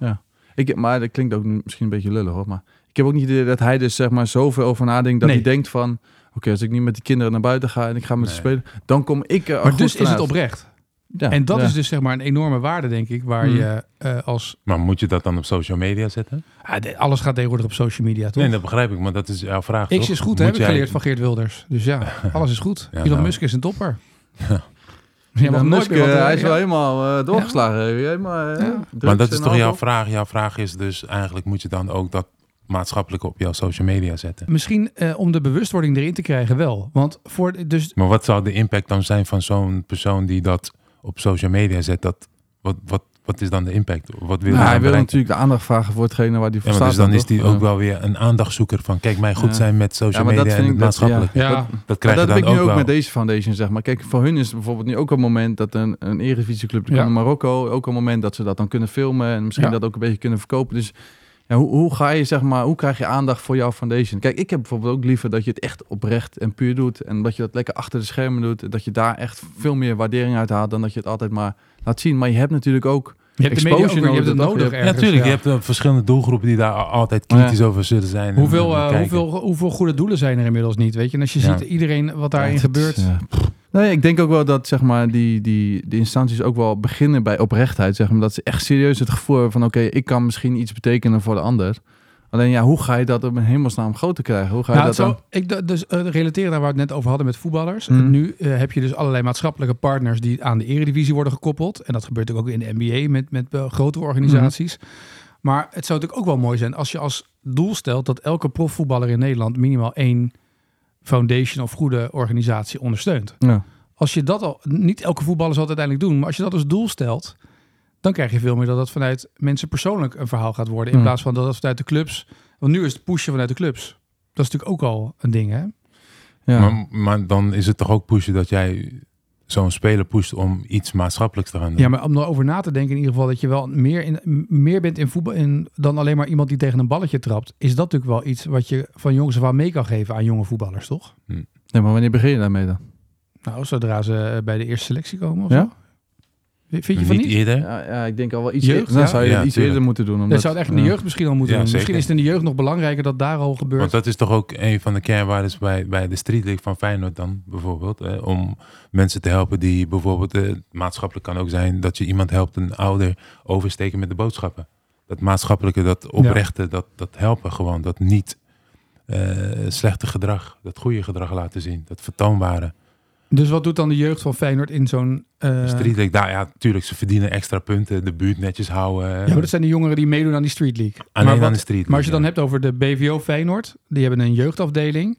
C: Ik, maar dat klinkt ook misschien een beetje lullig hoor. Maar ik heb ook niet het idee dat hij dus zeg maar zoveel over nadenkt. Dat
A: Nee.
C: hij denkt van, oké, als ik niet met die kinderen naar buiten ga en ik ga met ze
D: Nee.
C: spelen. Dan kom ik er
A: maar
C: goed
A: dus is het
C: vanuit.
A: oprecht.
C: Ja,
A: en dat
C: ja.
A: is dus zeg maar een enorme waarde, denk ik, waar
C: Hmm.
A: je eh, als...
D: Maar moet je dat dan op social media zetten?
A: Ah, de- alles gaat tegenwoordig op social media, toch?
D: Nee, dat begrijp ik, maar dat is jouw vraag.
A: X
D: toch?
A: is goed,
D: Moet
A: heb ik
D: jij-
A: geleerd van Geert Wilders. Dus ja, alles is goed.
D: Ja,
A: Elon
D: nou.
A: Musk is een topper.
D: Ja.
A: Je mag
C: Ja,
A: nooit
C: Musk,
A: meer wat-
C: eh, hij is
A: ja.
C: wel helemaal eh, doorgeslagen. Helemaal, eh,
A: Ja.
C: drugs
D: Maar dat is
C: en
D: toch jouw
C: alcohol.
D: vraag? Jouw vraag is dus eigenlijk moet je dan ook dat maatschappelijke op jouw social media zetten.
A: Misschien eh, om de bewustwording erin te krijgen wel. Want voor, dus,
D: Maar wat zou de impact dan zijn van zo'n persoon die dat op social media zet? Dat, wat, wat, wat is dan de impact? Wat wil
C: Nou, hij
D: hij dan
C: wil
D: bereiken?
C: natuurlijk de aandacht vragen voor hetgene waar hij voor
D: Ja, maar
C: staat.
D: dus dan is
C: toch? eh,
D: die
C: Ja.
D: ook wel weer een aandachtzoeker van kijk mij goed
C: Ja.
D: zijn met social
C: Ja, maar dat
D: media en
C: vind
D: het
C: ik dat-
D: maatschappelijke.
A: ja,
D: Dat, dat
C: Maar
D: krijg
C: dat
D: je
C: heb ik
D: dan
C: nu
D: ook
C: ook
D: wel.
C: met deze foundation, zeg maar. Kijk, voor hun is bijvoorbeeld nu ook een moment dat een, een Eredivisieclub, de
A: Ja.
C: Club Marokko, ook een moment dat ze dat dan kunnen filmen en misschien
A: Ja.
C: dat ook een beetje kunnen verkopen. Dus ja, hoe, hoe ga je, zeg maar, hoe krijg je aandacht voor jouw foundation? Kijk, ik heb bijvoorbeeld ook liever dat je het echt oprecht en puur doet en dat je dat lekker achter de schermen doet. En dat je daar echt veel meer waardering uit haalt dan dat je het altijd maar laat zien. Maar je hebt natuurlijk ook...
A: je hebt de
C: Exposure
A: media ook, weer, je hebt het
C: nodig,
A: nodig
C: ja.
A: ergens,
D: Natuurlijk,
A: ja.
D: je hebt eh, verschillende doelgroepen die daar al- altijd kritisch over zullen zijn. en-
A: Hoeveel,
D: en
A: eh,
D: kijken.
A: hoeveel, hoeveel goede doelen zijn er inmiddels niet? Weet je? En als je
D: Ja.
A: ziet iedereen wat daarin
C: Ja, dat
A: gebeurt.
C: is, ja, pff. Nee, ik denk ook wel dat zeg maar, die, die, die instanties ook wel beginnen bij oprechtheid. Zeg maar, dat ze echt serieus het gevoel hebben van... oké, ik kan misschien iets betekenen voor de ander. Alleen ja, hoe ga je dat op een hemelsnaam groter krijgen? Hoe ga je
A: Nou,
C: dat
A: het zou-
C: dan...
A: ik d- dus eh, relateren naar waar we het net over hadden met voetballers.
C: Mhm.
A: Nu eh, heb je dus allerlei maatschappelijke partners die aan de eredivisie worden gekoppeld. En dat gebeurt natuurlijk ook in de NBA met, met eh, grote organisaties.
C: Mhm.
A: Maar het zou natuurlijk ook wel mooi zijn als je als doel stelt dat elke profvoetballer in Nederland minimaal één foundation of goede organisatie ondersteunt.
C: Ja.
A: Als je dat al, niet elke voetballer zal het uiteindelijk doen, maar als je dat als doel stelt, dan krijg je veel meer dat dat vanuit mensen persoonlijk een verhaal gaat worden. In
C: Mhm.
A: plaats van dat dat vanuit de clubs. Want nu is het pushen vanuit de clubs. Dat is natuurlijk ook al een ding, hè?
C: Ja.
D: Maar, maar dan is het toch ook pushen dat jij zo'n speler pusht om iets maatschappelijks te gaan doen.
A: Ja, maar om erover na te denken in ieder geval dat je wel meer, in, m- meer bent in voetbal in, dan alleen maar iemand die tegen een balletje trapt. Is dat natuurlijk wel iets wat je van jongs af aan mee kan geven aan jonge voetballers, toch?
C: Nee, maar wanneer begin je daarmee dan?
A: Nou, zodra ze bij de eerste selectie komen of
C: Ja?
A: zo. Vind je van
D: niet,
A: niet?
D: eerder.
C: Ja, ja, ik denk al wel iets
A: Jeugd,
C: eerder. Dan
A: ja?
C: zou je
D: Ja,
C: het iets
D: tuurlijk.
C: eerder moeten doen. Omdat,
A: Dat zou het echt in de
C: ja.
A: jeugd misschien al moeten
D: Ja,
A: doen.
D: zeker.
A: Misschien is het in de jeugd nog belangrijker dat daar al gebeurt.
D: Want dat is toch ook een van de kernwaardes bij, bij de Street League van Feyenoord dan bijvoorbeeld. Hè? Om mensen te helpen die bijvoorbeeld, eh, maatschappelijk kan ook zijn dat je iemand helpt een ouder oversteken met de boodschappen. Dat maatschappelijke, dat oprechte, dat, dat helpen gewoon. Dat niet eh, slechte gedrag, dat goede gedrag laten zien. Dat vertoonbare.
A: Dus wat doet dan de jeugd van Feyenoord in zo'n... eh,
D: Street League, daar, ja, tuurlijk, ze verdienen extra punten. De buurt netjes houden.
A: Ja, maar dat zijn de jongeren die meedoen aan die Street League.
D: Alleen
A: maar, wat-
D: aan de Street
A: maar als je dan
D: League,
A: hebt over de BVO Feyenoord, die hebben een jeugdafdeling.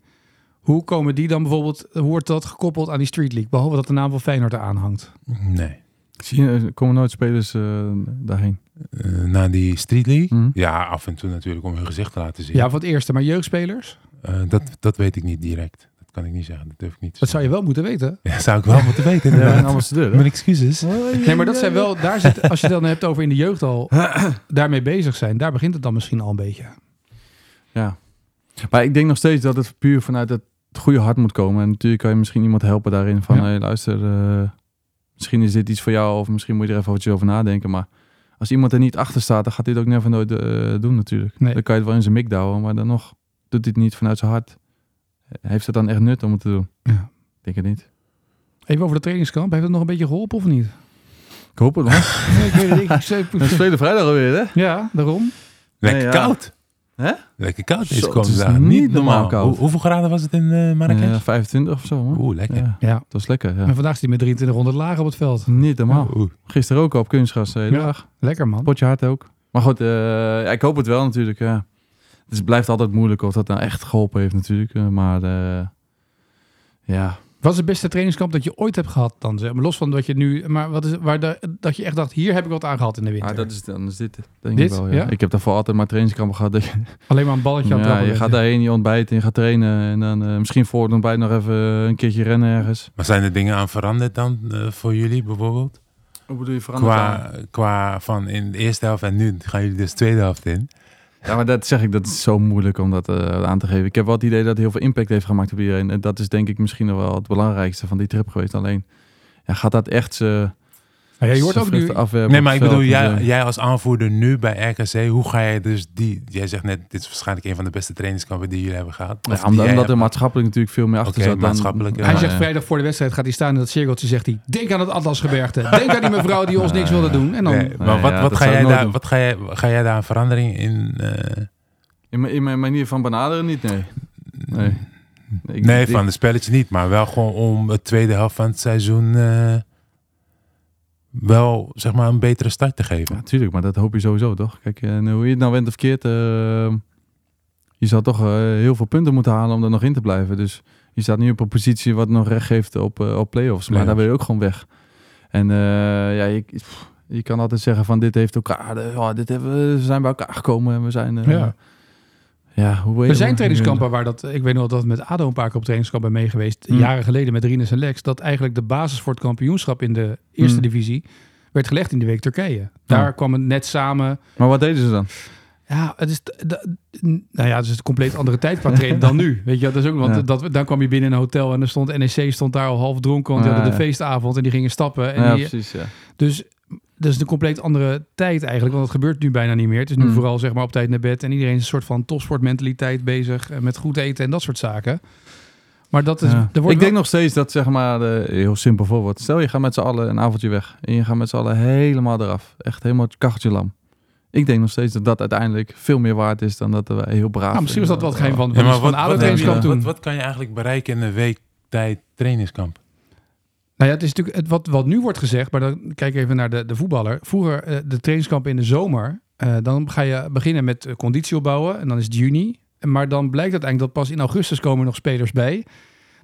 A: Hoe komen die dan bijvoorbeeld, hoe wordt dat gekoppeld aan die Street League? Behalve dat de naam van Feyenoord eraan hangt.
D: ja. Nee.
C: Zie je, er komen nooit spelers eh, daarheen.
D: Eh, na die Street League?
A: Mm.
C: Mhm.
D: Ja, af en toe natuurlijk om hun gezicht te laten zien.
A: Ja, voor het eerste, maar jeugdspelers?
D: Eh, dat, dat weet ik niet direct. Dat kan ik niet zeggen. Dat durf ik niet. te
A: Dat zou je wel moeten weten.
D: zeggen. Ja, zou ik wel moeten weten.
C: Ja,
D: inderdaad.
C: een ambassadeur. hè?
D: Mijn excuses.
A: Nee, maar dat zijn wel, daar zit, als je het dan hebt over in de jeugd al daarmee bezig zijn, daar begint het dan misschien al een beetje.
C: Ja. Maar ik denk nog steeds dat het puur vanuit het goede hart moet komen. En natuurlijk kan je misschien iemand helpen daarin. Van,
A: Ja.
C: hey, luister, eh, misschien is dit iets voor jou. Of misschien moet je er even wat over nadenken. Maar als iemand er niet achter staat, dan gaat dit ook never nooit eh, doen natuurlijk.
A: Nee.
C: Dan kan je het wel in zijn mik douwen. Maar dan nog doet dit niet vanuit zijn hart. Heeft het dan echt nut om het te doen?
A: Ja.
C: Ik denk het niet.
A: Even over de trainingskamp, heeft het nog een beetje geholpen of niet?
C: Ik hoop het wel.
A: Nee, ik weet het niet. Ik
C: We
A: zei-
C: spelen vrijdag alweer, hè?
A: Ja, daarom.
D: Lekker
C: Nee, ja.
D: koud.
C: Hè?
D: Lekker koud
C: Zo,
D: is
C: het is
D: komende dagen.
C: niet
D: Niet normaal
C: normaal koud.
D: Hoe- hoeveel graden was het in eh, Marrakesh?
C: Eh, 25 of zo. Hoor.
D: Oeh, lekker.
C: Ja,
A: Ja.
C: dat was lekker. Ja.
A: En vandaag is hij met 2300 lagen op het veld.
C: Niet normaal.
D: Oeh.
C: Gisteren ook al op kunstgras. eh,
A: Ja.
C: dag.
A: Lekker man.
C: Potje hard ook. Maar goed, eh, ja, ik hoop het wel natuurlijk. ja. Dus het blijft altijd moeilijk of dat nou echt geholpen heeft natuurlijk. eh, maar eh, ja,
A: Wat is het beste trainingskamp dat je ooit hebt gehad dan? Zeg maar, los van dat je nu, maar wat is, waar de- dat je echt dacht, hier heb ik wat aan gehad in de winter.
C: ah, dat is, dan is dit. Denk
A: Dit?
C: Ik, wel,
A: Ja?
C: ja. ik heb daarvoor altijd maar trainingskampen gehad. Dat je,
A: Alleen maar een balletje aan het
C: ja,
A: trappen.
C: je
A: bent,
C: gaat
A: ja.
C: daarheen, je ontbijt en je gaat trainen. En dan eh, misschien voor het ontbijt nog even een keertje rennen ergens.
D: Maar zijn er dingen aan veranderd dan eh, voor jullie bijvoorbeeld?
C: Hoe bedoel je veranderd?
D: Qua, qua van in de eerste helft en nu gaan jullie dus de tweede helft in.
C: Ja, maar dat zeg ik, dat is zo moeilijk om dat eh, aan te geven. Ik heb wel het idee dat het heel veel impact heeft gemaakt op iedereen. En dat is denk ik misschien nog wel het belangrijkste van die trip geweest. Alleen, ja, gaat dat echt... eh,
A: Ja, je hoort
C: zijn
A: ook nu,
C: vruchten afwerpen
D: Nee,
C: eh, op
D: maar ik
C: het veld.
D: bedoel, jij,
C: Dus,
D: jij als aanvoerder nu bij RKC, hoe ga jij dus die... Jij zegt net, dit is waarschijnlijk een van de beste trainingskampen die jullie hebben gehad.
C: eh, ja,
D: Of die
C: omdat,
D: jij
C: omdat er
D: hebt.
C: maatschappelijk natuurlijk veel meer achter
D: Oké,
C: zat. dan-
D: maatschappelijk, ja.
A: Hij
D: Maar,
A: zegt
C: eh,
A: vrijdag voor de wedstrijd gaat hij staan in dat cirkeltje. Zegt hij: Denk aan het Atlasgebergte. Denk aan die mevrouw die ons niks wilde doen. En dan.
D: Nee, maar
C: Nee,
D: wat,
C: ja,
D: wat,
C: dat
D: ga
C: zou ik
D: jij
C: nooit
D: daar,
C: doen.
D: wat ga jij, ga jij daar een verandering in? eh,
C: in, mijn, in mijn manier van benaderen niet, nee. Nee, Nee, ik-
D: Mm. nee,
C: ik-
D: van de spelletje niet, maar wel gewoon om het tweede helft van het seizoen eh, wel zeg maar een betere start te geven.
C: Ja, tuurlijk, maar dat hoop je sowieso, toch? Kijk, en hoe je het nou went of keert... eh, je zou toch eh, heel veel punten moeten halen om er nog in te blijven. Dus je staat nu op een positie wat nog recht geeft op, eh, op play-offs. Maar daar
D: Play-offs.
C: ben je ook gewoon weg. En eh, ja, je, pff, je kan altijd zeggen van dit heeft elkaar... eh, oh, dit hebben, we we zijn bij elkaar gekomen en we zijn... eh,
A: Ja.
C: ja, hoe weet
A: Er
C: je-
A: zijn trainingskampen waar dat. Ik weet nog dat we met Ado een paar keer op trainingskamp ben mee geweest.
C: Hmm.
A: Jaren geleden met Rinus en Lex. Dat eigenlijk de basis voor het kampioenschap in de eerste
C: Hmm.
A: divisie. werd gelegd in de week Turkije. Daar
C: Ja.
A: kwam het net samen.
C: Maar wat deden ze dan?
A: Ja, het is. t- da- n- Nou ja, het is een compleet andere tijd qua trainen dan nu. Weet je, wel, dat is ook. Want
C: Ja.
A: dat, dan kwam je binnen een hotel en er stond NEC stond daar al half dronken. Want die
C: Ah,
A: hadden de
C: ja.
A: feestavond en die gingen stappen. En
C: ja,
A: die,
C: precies. Ja.
A: Dus dat is een compleet andere tijd eigenlijk, want dat gebeurt nu bijna niet meer. Het is nu
C: Mm.
A: vooral zeg maar op tijd naar bed en iedereen is een soort van topsportmentaliteit bezig eh, met goed eten en dat soort zaken. Maar dat is,
C: Ja.
A: er
C: Ik
A: wordt
C: denk
A: wel-
C: nog steeds dat, zeg maar, eh, heel simpel voorbeeld. Stel, je gaat met z'n allen een avondje weg. En je gaat met z'n allen helemaal eraf. Echt helemaal het kacheltje lam. Ik denk nog steeds dat dat uiteindelijk veel meer waard is dan dat we heel braaf
A: Nou, misschien was dat wel hetgeen van,
D: Ja,
A: van,
D: maar
A: van
D: wat,
A: ADO
D: wat,
A: trainingskamp
D: wat-
A: toen.
D: wat- wat kan je eigenlijk bereiken in een week tijd trainingskamp?
A: Nou ja, het is natuurlijk het, wat, wat nu wordt gezegd, maar dan kijk even naar de, de voetballer. Vroeger eh, de trainingskampen in de zomer, eh, dan ga je beginnen met eh, conditie opbouwen en dan is het juni. Maar dan blijkt uiteindelijk dat pas in augustus komen er nog spelers bij.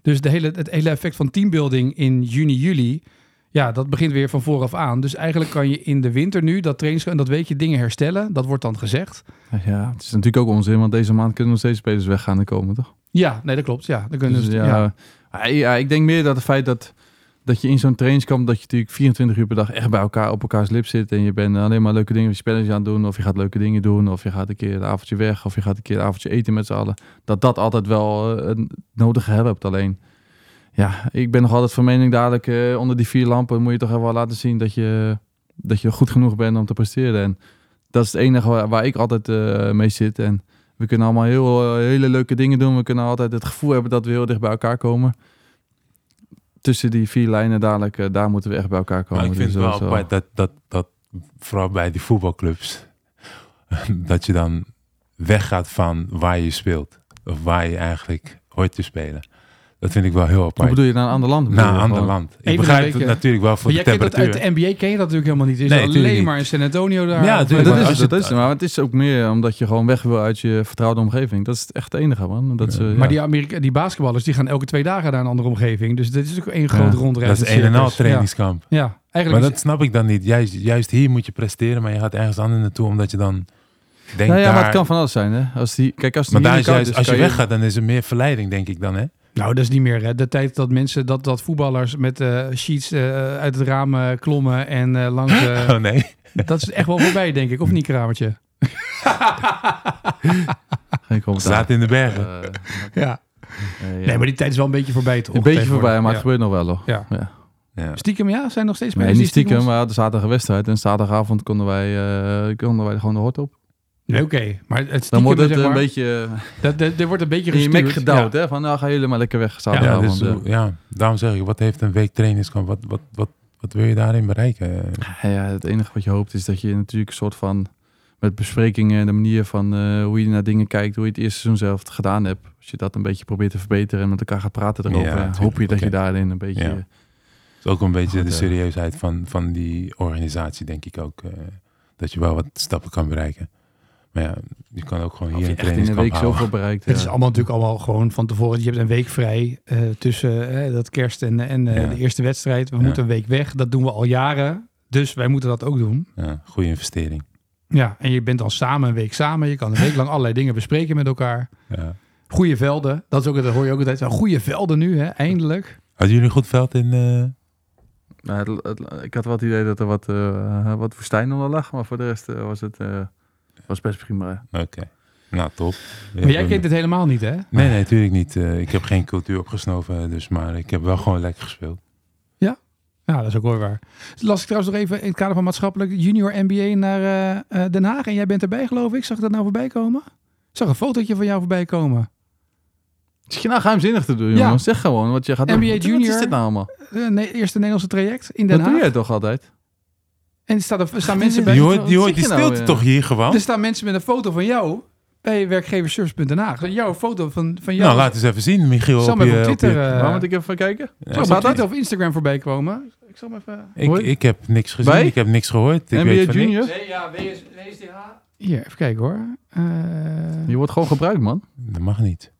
A: Dus de hele, het hele effect van teambuilding in juni, juli, ja, dat begint weer van vooraf aan. Dus eigenlijk kan je in de winter nu dat trainingskamp, en dat weekje dingen herstellen, dat wordt dan gezegd.
C: Ja, het is natuurlijk ook onzin, want deze maand kunnen nog steeds spelers weggaan en komen, toch?
A: Ja, nee, dat klopt. Ja, dan kunnen
C: Dus,
A: ze,
C: ja,
A: ja.
C: ja, ja, ik denk meer dat het feit dat, dat je in zo'n trainingskamp, dat je natuurlijk 24 uur per dag echt bij elkaar op elkaars lip zit. En je bent alleen maar leuke dingen, je spelletjes aan het doen. Of je gaat leuke dingen doen. Of je gaat een keer een avondje weg. Of je gaat een keer een avondje eten met z'n allen. Dat dat altijd wel eh, het nodige helpt. Alleen, ja, ik ben nog altijd van mening dadelijk eh, onder die vier lampen moet je toch even wel laten zien dat je, dat je goed genoeg bent om te presteren. En dat is het enige waar, waar ik altijd eh, mee zit. En we kunnen allemaal heel, eh, hele leuke dingen doen. We kunnen altijd het gevoel hebben dat we heel dicht bij elkaar komen. Tussen die vier lijnen dadelijk, eh, daar moeten we echt bij elkaar komen.
D: Maar Nou, ik vind
C: Dus
D: het wel
C: dat is
D: apart dat, dat, dat vooral bij die voetbalclubs, dat je dan weggaat van waar je speelt. Of waar je eigenlijk hoort te spelen. Dat vind ik wel heel
C: Hoe
D: apart.
C: bedoel je, naar een ander land?
D: Na
C: bedoel je
D: ander
C: gewoon?
D: land. Ik
A: Even een
D: begrijp
A: beetje-
D: het natuurlijk wel voor
A: Maar
D: de
A: jij kent dat
D: temperatuur.
A: uit de NBA ken je dat natuurlijk helemaal niet. Is
D: Nee,
A: dat alleen
D: tuurlijk niet.
A: maar in San Antonio daar?
D: Ja,
A: Of-
D: tuurlijk.
C: Maar dat,
D: als
C: is,
D: het-
C: dat is, maar het is ook meer omdat je gewoon weg wil uit je vertrouwde omgeving. Dat is echt het enige, man. Dat ze,
A: Maar
C: ja.
A: die, Amerika die basketballers die gaan elke twee dagen naar een andere omgeving. Dus dit is ook één groot
C: Ja,
A: rondrijden.
D: Dat is een en al trainingskamp.
A: Ja, ja. eigenlijk
D: Maar
A: is-
D: dat snap ik dan niet. Juist, juist hier moet je presteren, maar je gaat ergens anders naartoe omdat je dan denkt
C: Nou ja, maar
D: daar...
C: het kan van alles zijn, hè. Als die, kijk, als die
D: maar daar
C: hier
D: is
C: koud
D: juist,
C: is,
D: als je
C: kan
D: weggaat, dan is er meer verleiding, denk ik dan, hè?
A: Nou, dat is niet meer hè. de tijd dat mensen, dat, dat voetballers met eh, sheets eh, uit het raam eh, klommen en eh, langs. eh,
D: Oh nee.
A: dat is echt wel voorbij, denk ik, of niet, Kramertje?
C: Geen commentaar.
D: Staat in de bergen.
C: Eh,
A: Ja.
C: eh, ja.
A: Nee, maar die tijd is wel een beetje voorbij, toch?
C: Een beetje
A: tegenwoordig?
C: voorbij, maar
A: Ja.
C: het gebeurt nog wel, hoor.
A: Ja.
C: Ja.
D: Ja.
A: Stiekem, ja? Zijn er nog steeds
C: Nee,
A: mensen
C: niet
A: die
C: stiekem, maar de zaterdag een wedstrijd. En zaterdagavond konden wij, eh, konden wij er gewoon de hort op.
A: Nee, oké. Maar het stiekem,
C: Dan wordt het
A: zeg
C: een
A: maar,
C: beetje eh,
A: Dat, dat- er wordt een beetje
C: in je mek
A: gestuurd,
C: gedouwd.
A: ja.
C: Hè? Van, nou gaan jullie maar lekker weg
D: Ja,
A: Ja,
C: zaterdagavond.
D: dit is-
C: eh.
D: ja, daarom zeg ik, wat heeft een week trainingskamp? Wat, wat, wat, wat wil je daarin bereiken?
C: Ja, ja, het enige wat je hoopt is dat je natuurlijk een soort van met besprekingen en de manier van eh, hoe je naar dingen kijkt, hoe je het eerste seizoen zelf gedaan hebt. Als je dat een beetje probeert te verbeteren en met elkaar gaat praten erover, eh,
D: Ja,
C: hoop je
D: tuurlijk,
C: dat je
D: oké.
C: daarin een beetje. eh,
D: Ja. Het is ook een beetje
C: Goed,
D: de
C: eh.
D: serieusheid van, van die organisatie, denk ik ook. eh, dat je wel wat stappen kan bereiken. Maar ja, je kan ook gewoon
C: Of
D: hier
C: je
D: een
C: echt in een
D: trainingskamp
C: week
D: houden.
C: zoveel bereikt.
A: Het
C: ja.
A: is allemaal natuurlijk allemaal gewoon van tevoren. Je hebt een week vrij eh, tussen eh, dat kerst en, en eh,
D: Ja.
A: de eerste wedstrijd. We
D: Ja.
A: moeten een week weg. Dat doen we al jaren. Dus wij moeten dat ook doen.
D: Ja, goede investering.
A: Ja, en je bent dan samen een week samen. Je kan een week lang allerlei dingen bespreken met elkaar.
D: Ja.
A: Goede velden. Dat, is ook, dat hoor je ook altijd. Nou, Goede velden nu, hè, eindelijk.
D: Hadden jullie een goed veld in... eh,
C: Nou, het- het- ik had wel het idee dat er wat, eh wat woestijn onder lag, maar voor de rest eh, was het eh, was best prima.
D: Oké. Nou, top.
A: Maar jij kent dit helemaal niet, hè?
D: Nee, nee, natuurlijk niet. Eh, ik heb geen cultuur opgesnoven, dus, maar ik heb wel gewoon lekker gespeeld.
A: Ja, dat is ook hoor waar. Las ik trouwens nog even in het kader van maatschappelijk junior NBA naar eh, eh, Den Haag. En jij bent erbij, geloof ik. Zag ik dat nou voorbij komen? Ik zag een fotootje van jou voorbij komen.
C: Het is nou geheimzinnig te doen,
A: Ja.
C: jongen. Zeg gewoon wat je gaat doen.
A: NBA
C: Wat- Wat
A: Junior.
C: is dit nou allemaal?
A: Eh, nee, eerste Nederlandse traject in Den
C: Dat doe
A: Haag.
C: jij toch altijd?
A: En er staan, er staan
C: is
A: mensen
C: het?
A: bij.
D: Je
C: wat-
D: hoort,
C: wat
D: je hoort
C: zeg
D: die
C: je nou Dus-
D: stilte
C: weer?
D: toch hier gewoon?
A: Er staan mensen met een foto van jou bij werkgeversservice.nl. Jouw foto van, van jou.
D: nou, laat eens even zien, Michiel.
A: zal
D: op
A: maar
D: je-
A: even op
D: op je- Nou,
A: Twitter, eh,
C: Waar moet ik even kijken?
D: Ja.
A: zal maar
C: staat
A: op
C: dat?
A: Twitter of Instagram voorbij komen. Ik zal hem even...
D: ik, ik heb niks gezien,
C: Bij?
D: ik heb niks gehoord. Ik weet
C: NBA
D: van niks.
C: Junior?
A: Hier, even kijken hoor. Eh,
C: Je wordt gewoon gebruikt, man.
D: Dat mag niet.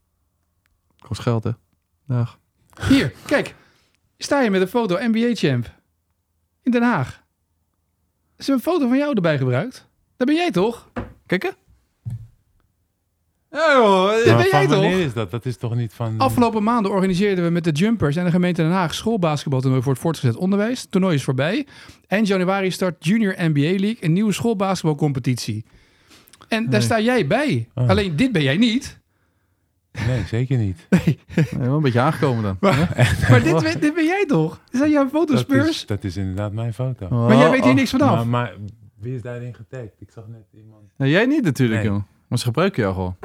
C: Kost geld, hè? Dag.
A: hier, kijk. Sta je met een foto NBA champ in Den Haag. Ze hebben een foto van jou erbij gebruikt. Dat ben jij toch?
C: Kijken. Ja, joh.
A: Dit
D: Maar
A: ben jij
D: van wanneer
A: toch?
D: is dat? Dat is toch niet van...
A: Afgelopen maanden organiseerden we met de Jumpers en de gemeente Den Haag schoolbasketbaltoernooi voor het voortgezet onderwijs. Het toernooi is voorbij. Eind januari start Junior NBA League, een nieuwe schoolbasketbalcompetitie. En daar
C: Nee.
A: sta jij bij.
D: Ah.
A: Alleen dit ben jij niet.
D: Nee, zeker niet.
C: Nee, wel een beetje aangekomen dan.
A: Maar dit, ben- dit ben jij toch? Zijn jouw
D: Dat
A: fotospeurs?
D: is, Oh, Nou, dat is inderdaad mijn foto.
C: Oh,
A: Maar jij weet hier niks Oh, vanaf.
D: Maar, maar wie is daarin getagd? Ik zag net iemand...
C: Nee, jij niet natuurlijk,
D: Nee.
C: joh. Maar ze gebruiken jou gewoon.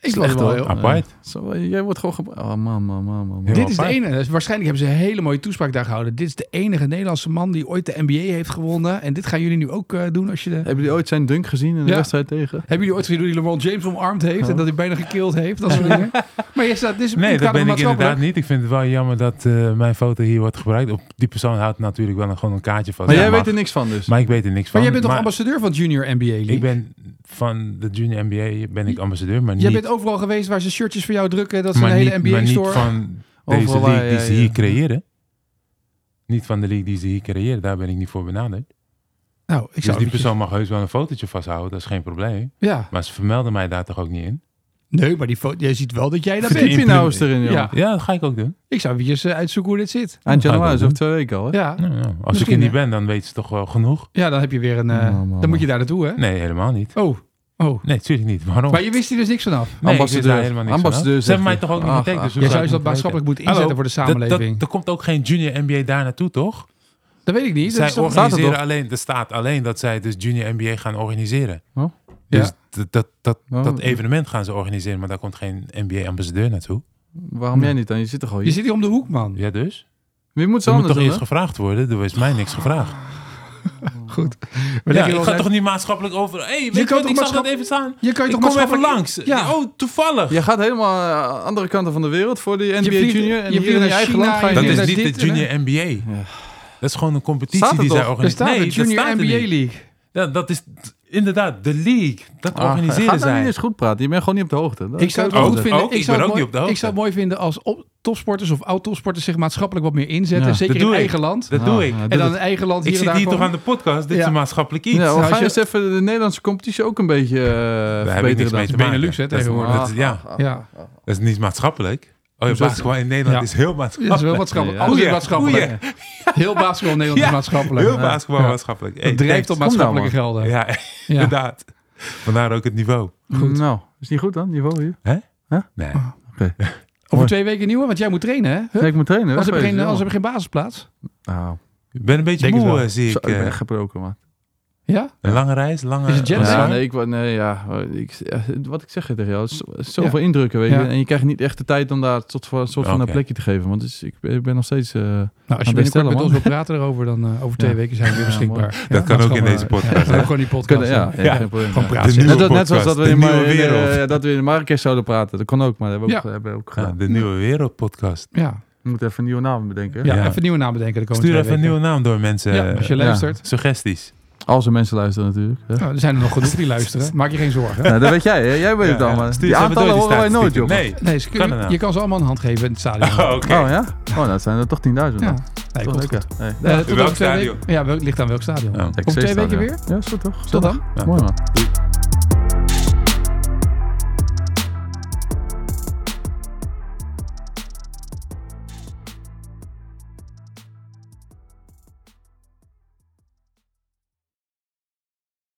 A: ik
C: Slecht,
A: dacht wel.
C: hoor.
A: joh.
D: Apart.
C: Zo, eh, jij wordt gewoon gebruikt. Oh, man, man, man, man.
D: Ja.
A: Dit is de
D: apart.
A: enige. Waarschijnlijk hebben ze een hele mooie toespraak daar gehouden. Dit is de enige Nederlandse man die ooit de NBA heeft gewonnen. En dit gaan jullie nu ook eh, doen als je de...
C: Hebben jullie ooit zijn dunk gezien in de
A: Ja.
C: wedstrijd tegen?
A: Hebben jullie ooit gezien hoe hij LeBron James omarmd heeft en dat hij bijna gekild heeft? Dat soort dingen. Maar je staat, dit is
D: Oh. Nee,
A: het
D: dat
A: gaat om
D: ben ik
A: maatschappelijk.
D: inderdaad niet. Ik vind het wel jammer dat eh, mijn foto hier wordt gebruikt. Op die persoon houdt natuurlijk wel een, gewoon een kaartje vast.
C: Maar
D: Ja,
C: jij
D: mag.
C: weet er niks van, dus.
D: Maar ik weet er niks van.
A: Maar jij bent toch
D: Maar
A: ambassadeur van Junior NBA League?
D: Ik ben van de junior NBA ben ik ambassadeur, maar
A: jij
D: niet...
A: bent overal geweest waar ze shirtjes voor jou drukken. Dat is
D: maar
A: een hele
D: niet- maar niet
A: NBA-store.
D: van deze
C: Overal waar
D: league die
C: jij,
D: ze hier
C: eh,
D: creëren. Niet van de league die ze hier creëren. Daar ben ik niet voor benaderd.
A: Nou, ik
D: Dus
A: zou
D: die persoon mag heus wel een fotootje vasthouden. Dat is geen probleem.
A: Ja.
D: Maar ze vermelden mij daar toch ook niet in?
A: Nee, maar die foto, jij ziet wel dat jij dat
C: Verdiep
A: bent.
C: je nou eens erin, joh.
A: Ja.
D: Ja, dat ga ik ook doen.
A: Ik zou eventjes eh, uitzoeken hoe dit zit.
C: Eind januari, is
D: Ga ik wel
C: over twee weken al, hè?
A: Ja.
D: Nou, nou, als
A: Misschien,
D: ik er niet
A: hè.
D: ben, dan weten ze toch wel genoeg?
A: ja, dan heb je weer een... eh,
C: Nou, nou, nou.
A: dan moet je daar naartoe, hè?
D: Oh, Nee, helemaal niet.
A: Oh, oh.
D: Nee, natuurlijk niet. Waarom?
A: Maar je wist hier dus niks vanaf.
D: Nee, ik
C: Ambassadeur.
D: weet daar helemaal niks
C: Ambassadeur,
D: van af. Ze
C: zegt
D: hebben mij
C: hij.
D: toch ook niet
C: Ach,
D: getagd.
C: ach.
D: Dus
A: Jij zou je dat maatschappelijk moeten inzetten voor de samenleving.
D: er komt ook geen junior NBA daar naartoe, toch?
A: Dat, weet ik niet. Dat is
D: zij
A: toch-
D: organiseren
C: toch?
D: alleen, er staat alleen dat zij dus junior NBA gaan organiseren.
C: Oh.
D: Dus
A: Ja.
D: dat, dat, dat,
C: Oh.
D: dat evenement gaan ze organiseren, maar daar komt geen NBA-ambassadeur naartoe.
C: Waarom jij niet dan? Je zit er gewoon
A: je
C: hier.
A: zit hier om de hoek, man.
D: Ja, dus?
C: Wie moet ze
D: Er moet
C: anders
D: toch
C: doen,
D: eerst
C: hè?
D: gevraagd worden? Er is mij niks gevraagd.
A: Goed.
D: Ja,
A: Maar leg je
D: ik
A: wel
D: ga
A: uit-
D: toch niet maatschappelijk over... hey, weet je,
A: kan toch
D: wat, ik zag dat
A: maatschappelijk-
D: even staan.
A: je kan je
D: ik
A: toch
D: kom even
A: maatschappelijk-
D: langs.
A: Ja.
D: Oh, toevallig.
C: Je gaat helemaal eh, andere kanten van de wereld voor die NBA
A: vliegt-
C: Junior.
A: je
C: En hier
A: vliegt
C: in je
A: naar
C: eigen
A: China,
C: land ga je
A: je
D: dat
A: Nee,
D: is
A: dat
D: niet
A: dit,
D: de junior NBA.
C: Ja.
D: Dat is gewoon een competitie
C: Staat er
D: die zij
C: toch?
A: Er
D: organiseren.
A: staat
D: Nee,
A: de
D: dat staat
A: Junior
D: er
A: NBA
D: niet.
A: League.
D: Ja, dat is t- inderdaad de league. Dat
C: Ah, Ga
D: organiseren
C: nou
D: zij.
C: niet eens goed praten. Je bent gewoon niet op de hoogte. Dat
A: Ik zou het
C: kan
A: wel
D: ook-
A: goed
C: altijd.
A: vinden.
D: ook,
A: ik,
D: ik
A: zou het
D: ben
A: mooi,
D: ook niet op de hoogte.
A: ik zou het mooi vinden als op, topsporters of oud-topsporters zich maatschappelijk wat meer inzetten.
C: Ja,
A: zeker
D: dat
A: in
D: doe ik.
A: eigen land.
D: Dat
C: Ah,
D: doe ik.
C: ja,
A: en
C: doe
A: dan
C: het.
A: in eigen land
D: Ik
A: hier en
D: zit
A: daar.
D: hier toch
A: gewoon-
D: aan de podcast. Dit
A: Ja.
D: is een maatschappelijk iets.
C: Ja,
A: Nou,
C: we
A: als
C: gaan
A: je-
C: eens even de Nederlandse competitie ook een beetje eh
D: Daar heb ik
C: verbeteren Ah,
D: niks
C: dan.
D: mee te
A: Benelux, hè,
D: maken. Dat is-
A: tegenwoordig. Ah.
D: dat is- ja,
A: Ja.
D: dat is niet maatschappelijk. Oh ja,
C: Hoezo?
D: basketbal in Nederland
A: Ja.
D: is heel
A: Dat is
D: maatschappelijk.
A: wel maatschappelijk.
C: Ja.
A: Alles is
D: Goeie,
A: maatschappelijk. Heel basketbal in Nederland is
D: Ja,
A: maatschappelijk.
D: Heel basketbal
A: Ja.
D: maatschappelijk. Hey,
A: Het drijft
D: thanks.
A: op maatschappelijke gelden.
D: Ja,
A: Ja.
D: inderdaad. Vandaar ook het niveau.
A: Goed.
C: Nou, is niet goed dan, niveau hier?
D: Nee.
A: Over twee weken nieuwe, want jij moet trainen, hè? Huh?
C: Nee, ik moet trainen.
A: Als
C: hè,
A: er geen,
C: wezen,
A: anders
C: joh.
A: heb je geen basisplaats.
C: Nou,
D: Ik ben een beetje
A: Denk het
D: moe,
A: wel.
D: eh, zie
C: zo,
D: ik.
C: ik ben
D: eh.
C: echt gebroken, man.
A: Ja?
D: Een lange reis, lange...
A: Is het jet
D: Ja.
A: lag?
C: Ja,
A: waar?
C: nee, ik, wa- nee, ja, ik, ja, wat ik zeg tegen jou, het is zo- zoveel
A: Ja.
C: indrukken, weet je.
A: Ja.
C: En je krijgt niet echt de tijd om daar tot voor, soort van
D: Oké.
C: een plekje te geven. Want dus ik, ik ben nog steeds... eh,
A: Nou, als je
C: Maar best
A: binnenkort
C: wel,
A: met
C: man.
A: ons wilt praten erover, dan eh, over twee
C: Ja.
A: weken zijn we weer
C: Ja,
A: beschikbaar. Ja,
D: Dat kan ook in
A: gewoon,
D: deze
A: eh,
D: podcast.
A: ja,
D: hè?
A: Gewoon die podcast.
C: kunnen, ja, ja,
D: Ja.
C: geen probleem.
A: Gewoon
C: Ja.
A: praten.
D: De nieuwe
C: Net, als- net zoals dat
D: podcast,
C: we,
D: de
C: in,
D: nieuwe
C: Mar- in, eh,
D: wereld.
C: ja, dat we in Marrakesh zouden praten. Dat kon ook, maar dat hebben we ook,
A: Ja.
C: hebben we ook gedaan.
D: Ja, de Nieuwe Wereld podcast.
A: Ja.
C: We moeten even een nieuwe naam bedenken.
A: Ja,
D: Ja.
A: even een nieuwe naam bedenken. De komende
D: Stuur even
A: twee
D: een nieuwe
A: weken.
D: naam door mensen. eh,
A: Ja, als je
C: ja.
A: luistert.
D: Suggesties.
C: Als er mensen luisteren natuurlijk. hè.
A: Nou, er zijn er nog genoeg die luisteren. Maak je geen zorgen.
C: Nou, dat weet jij, hè? jij weet
D: Ja,
C: het allemaal.
D: ja. Stuur
C: Die
D: ze even
C: aantallen
D: door,
C: horen wij nooit, joh.
D: statistieken. Nee.
A: Nee, ze kunnen-
D: Kan er nou.
A: je kan ze allemaal een hand geven in het stadion.
D: Oh, oké.
C: Oh ja? Oh, nou, dat zijn er toch 10.000.
A: Ja.
C: man.
A: Nee,
C: Toch
A: komt
C: lekker.
A: goed.
C: Nee.
A: Eh, tot
D: welk
A: over twee
D: stadion?
A: weken- Ja, wel- ligt aan welk stadion.
D: Ja.
A: Over twee weken weer.
C: Ja, is goed toch?
A: Tot dan.
D: Ja.
C: Mooi man.
D: Doei.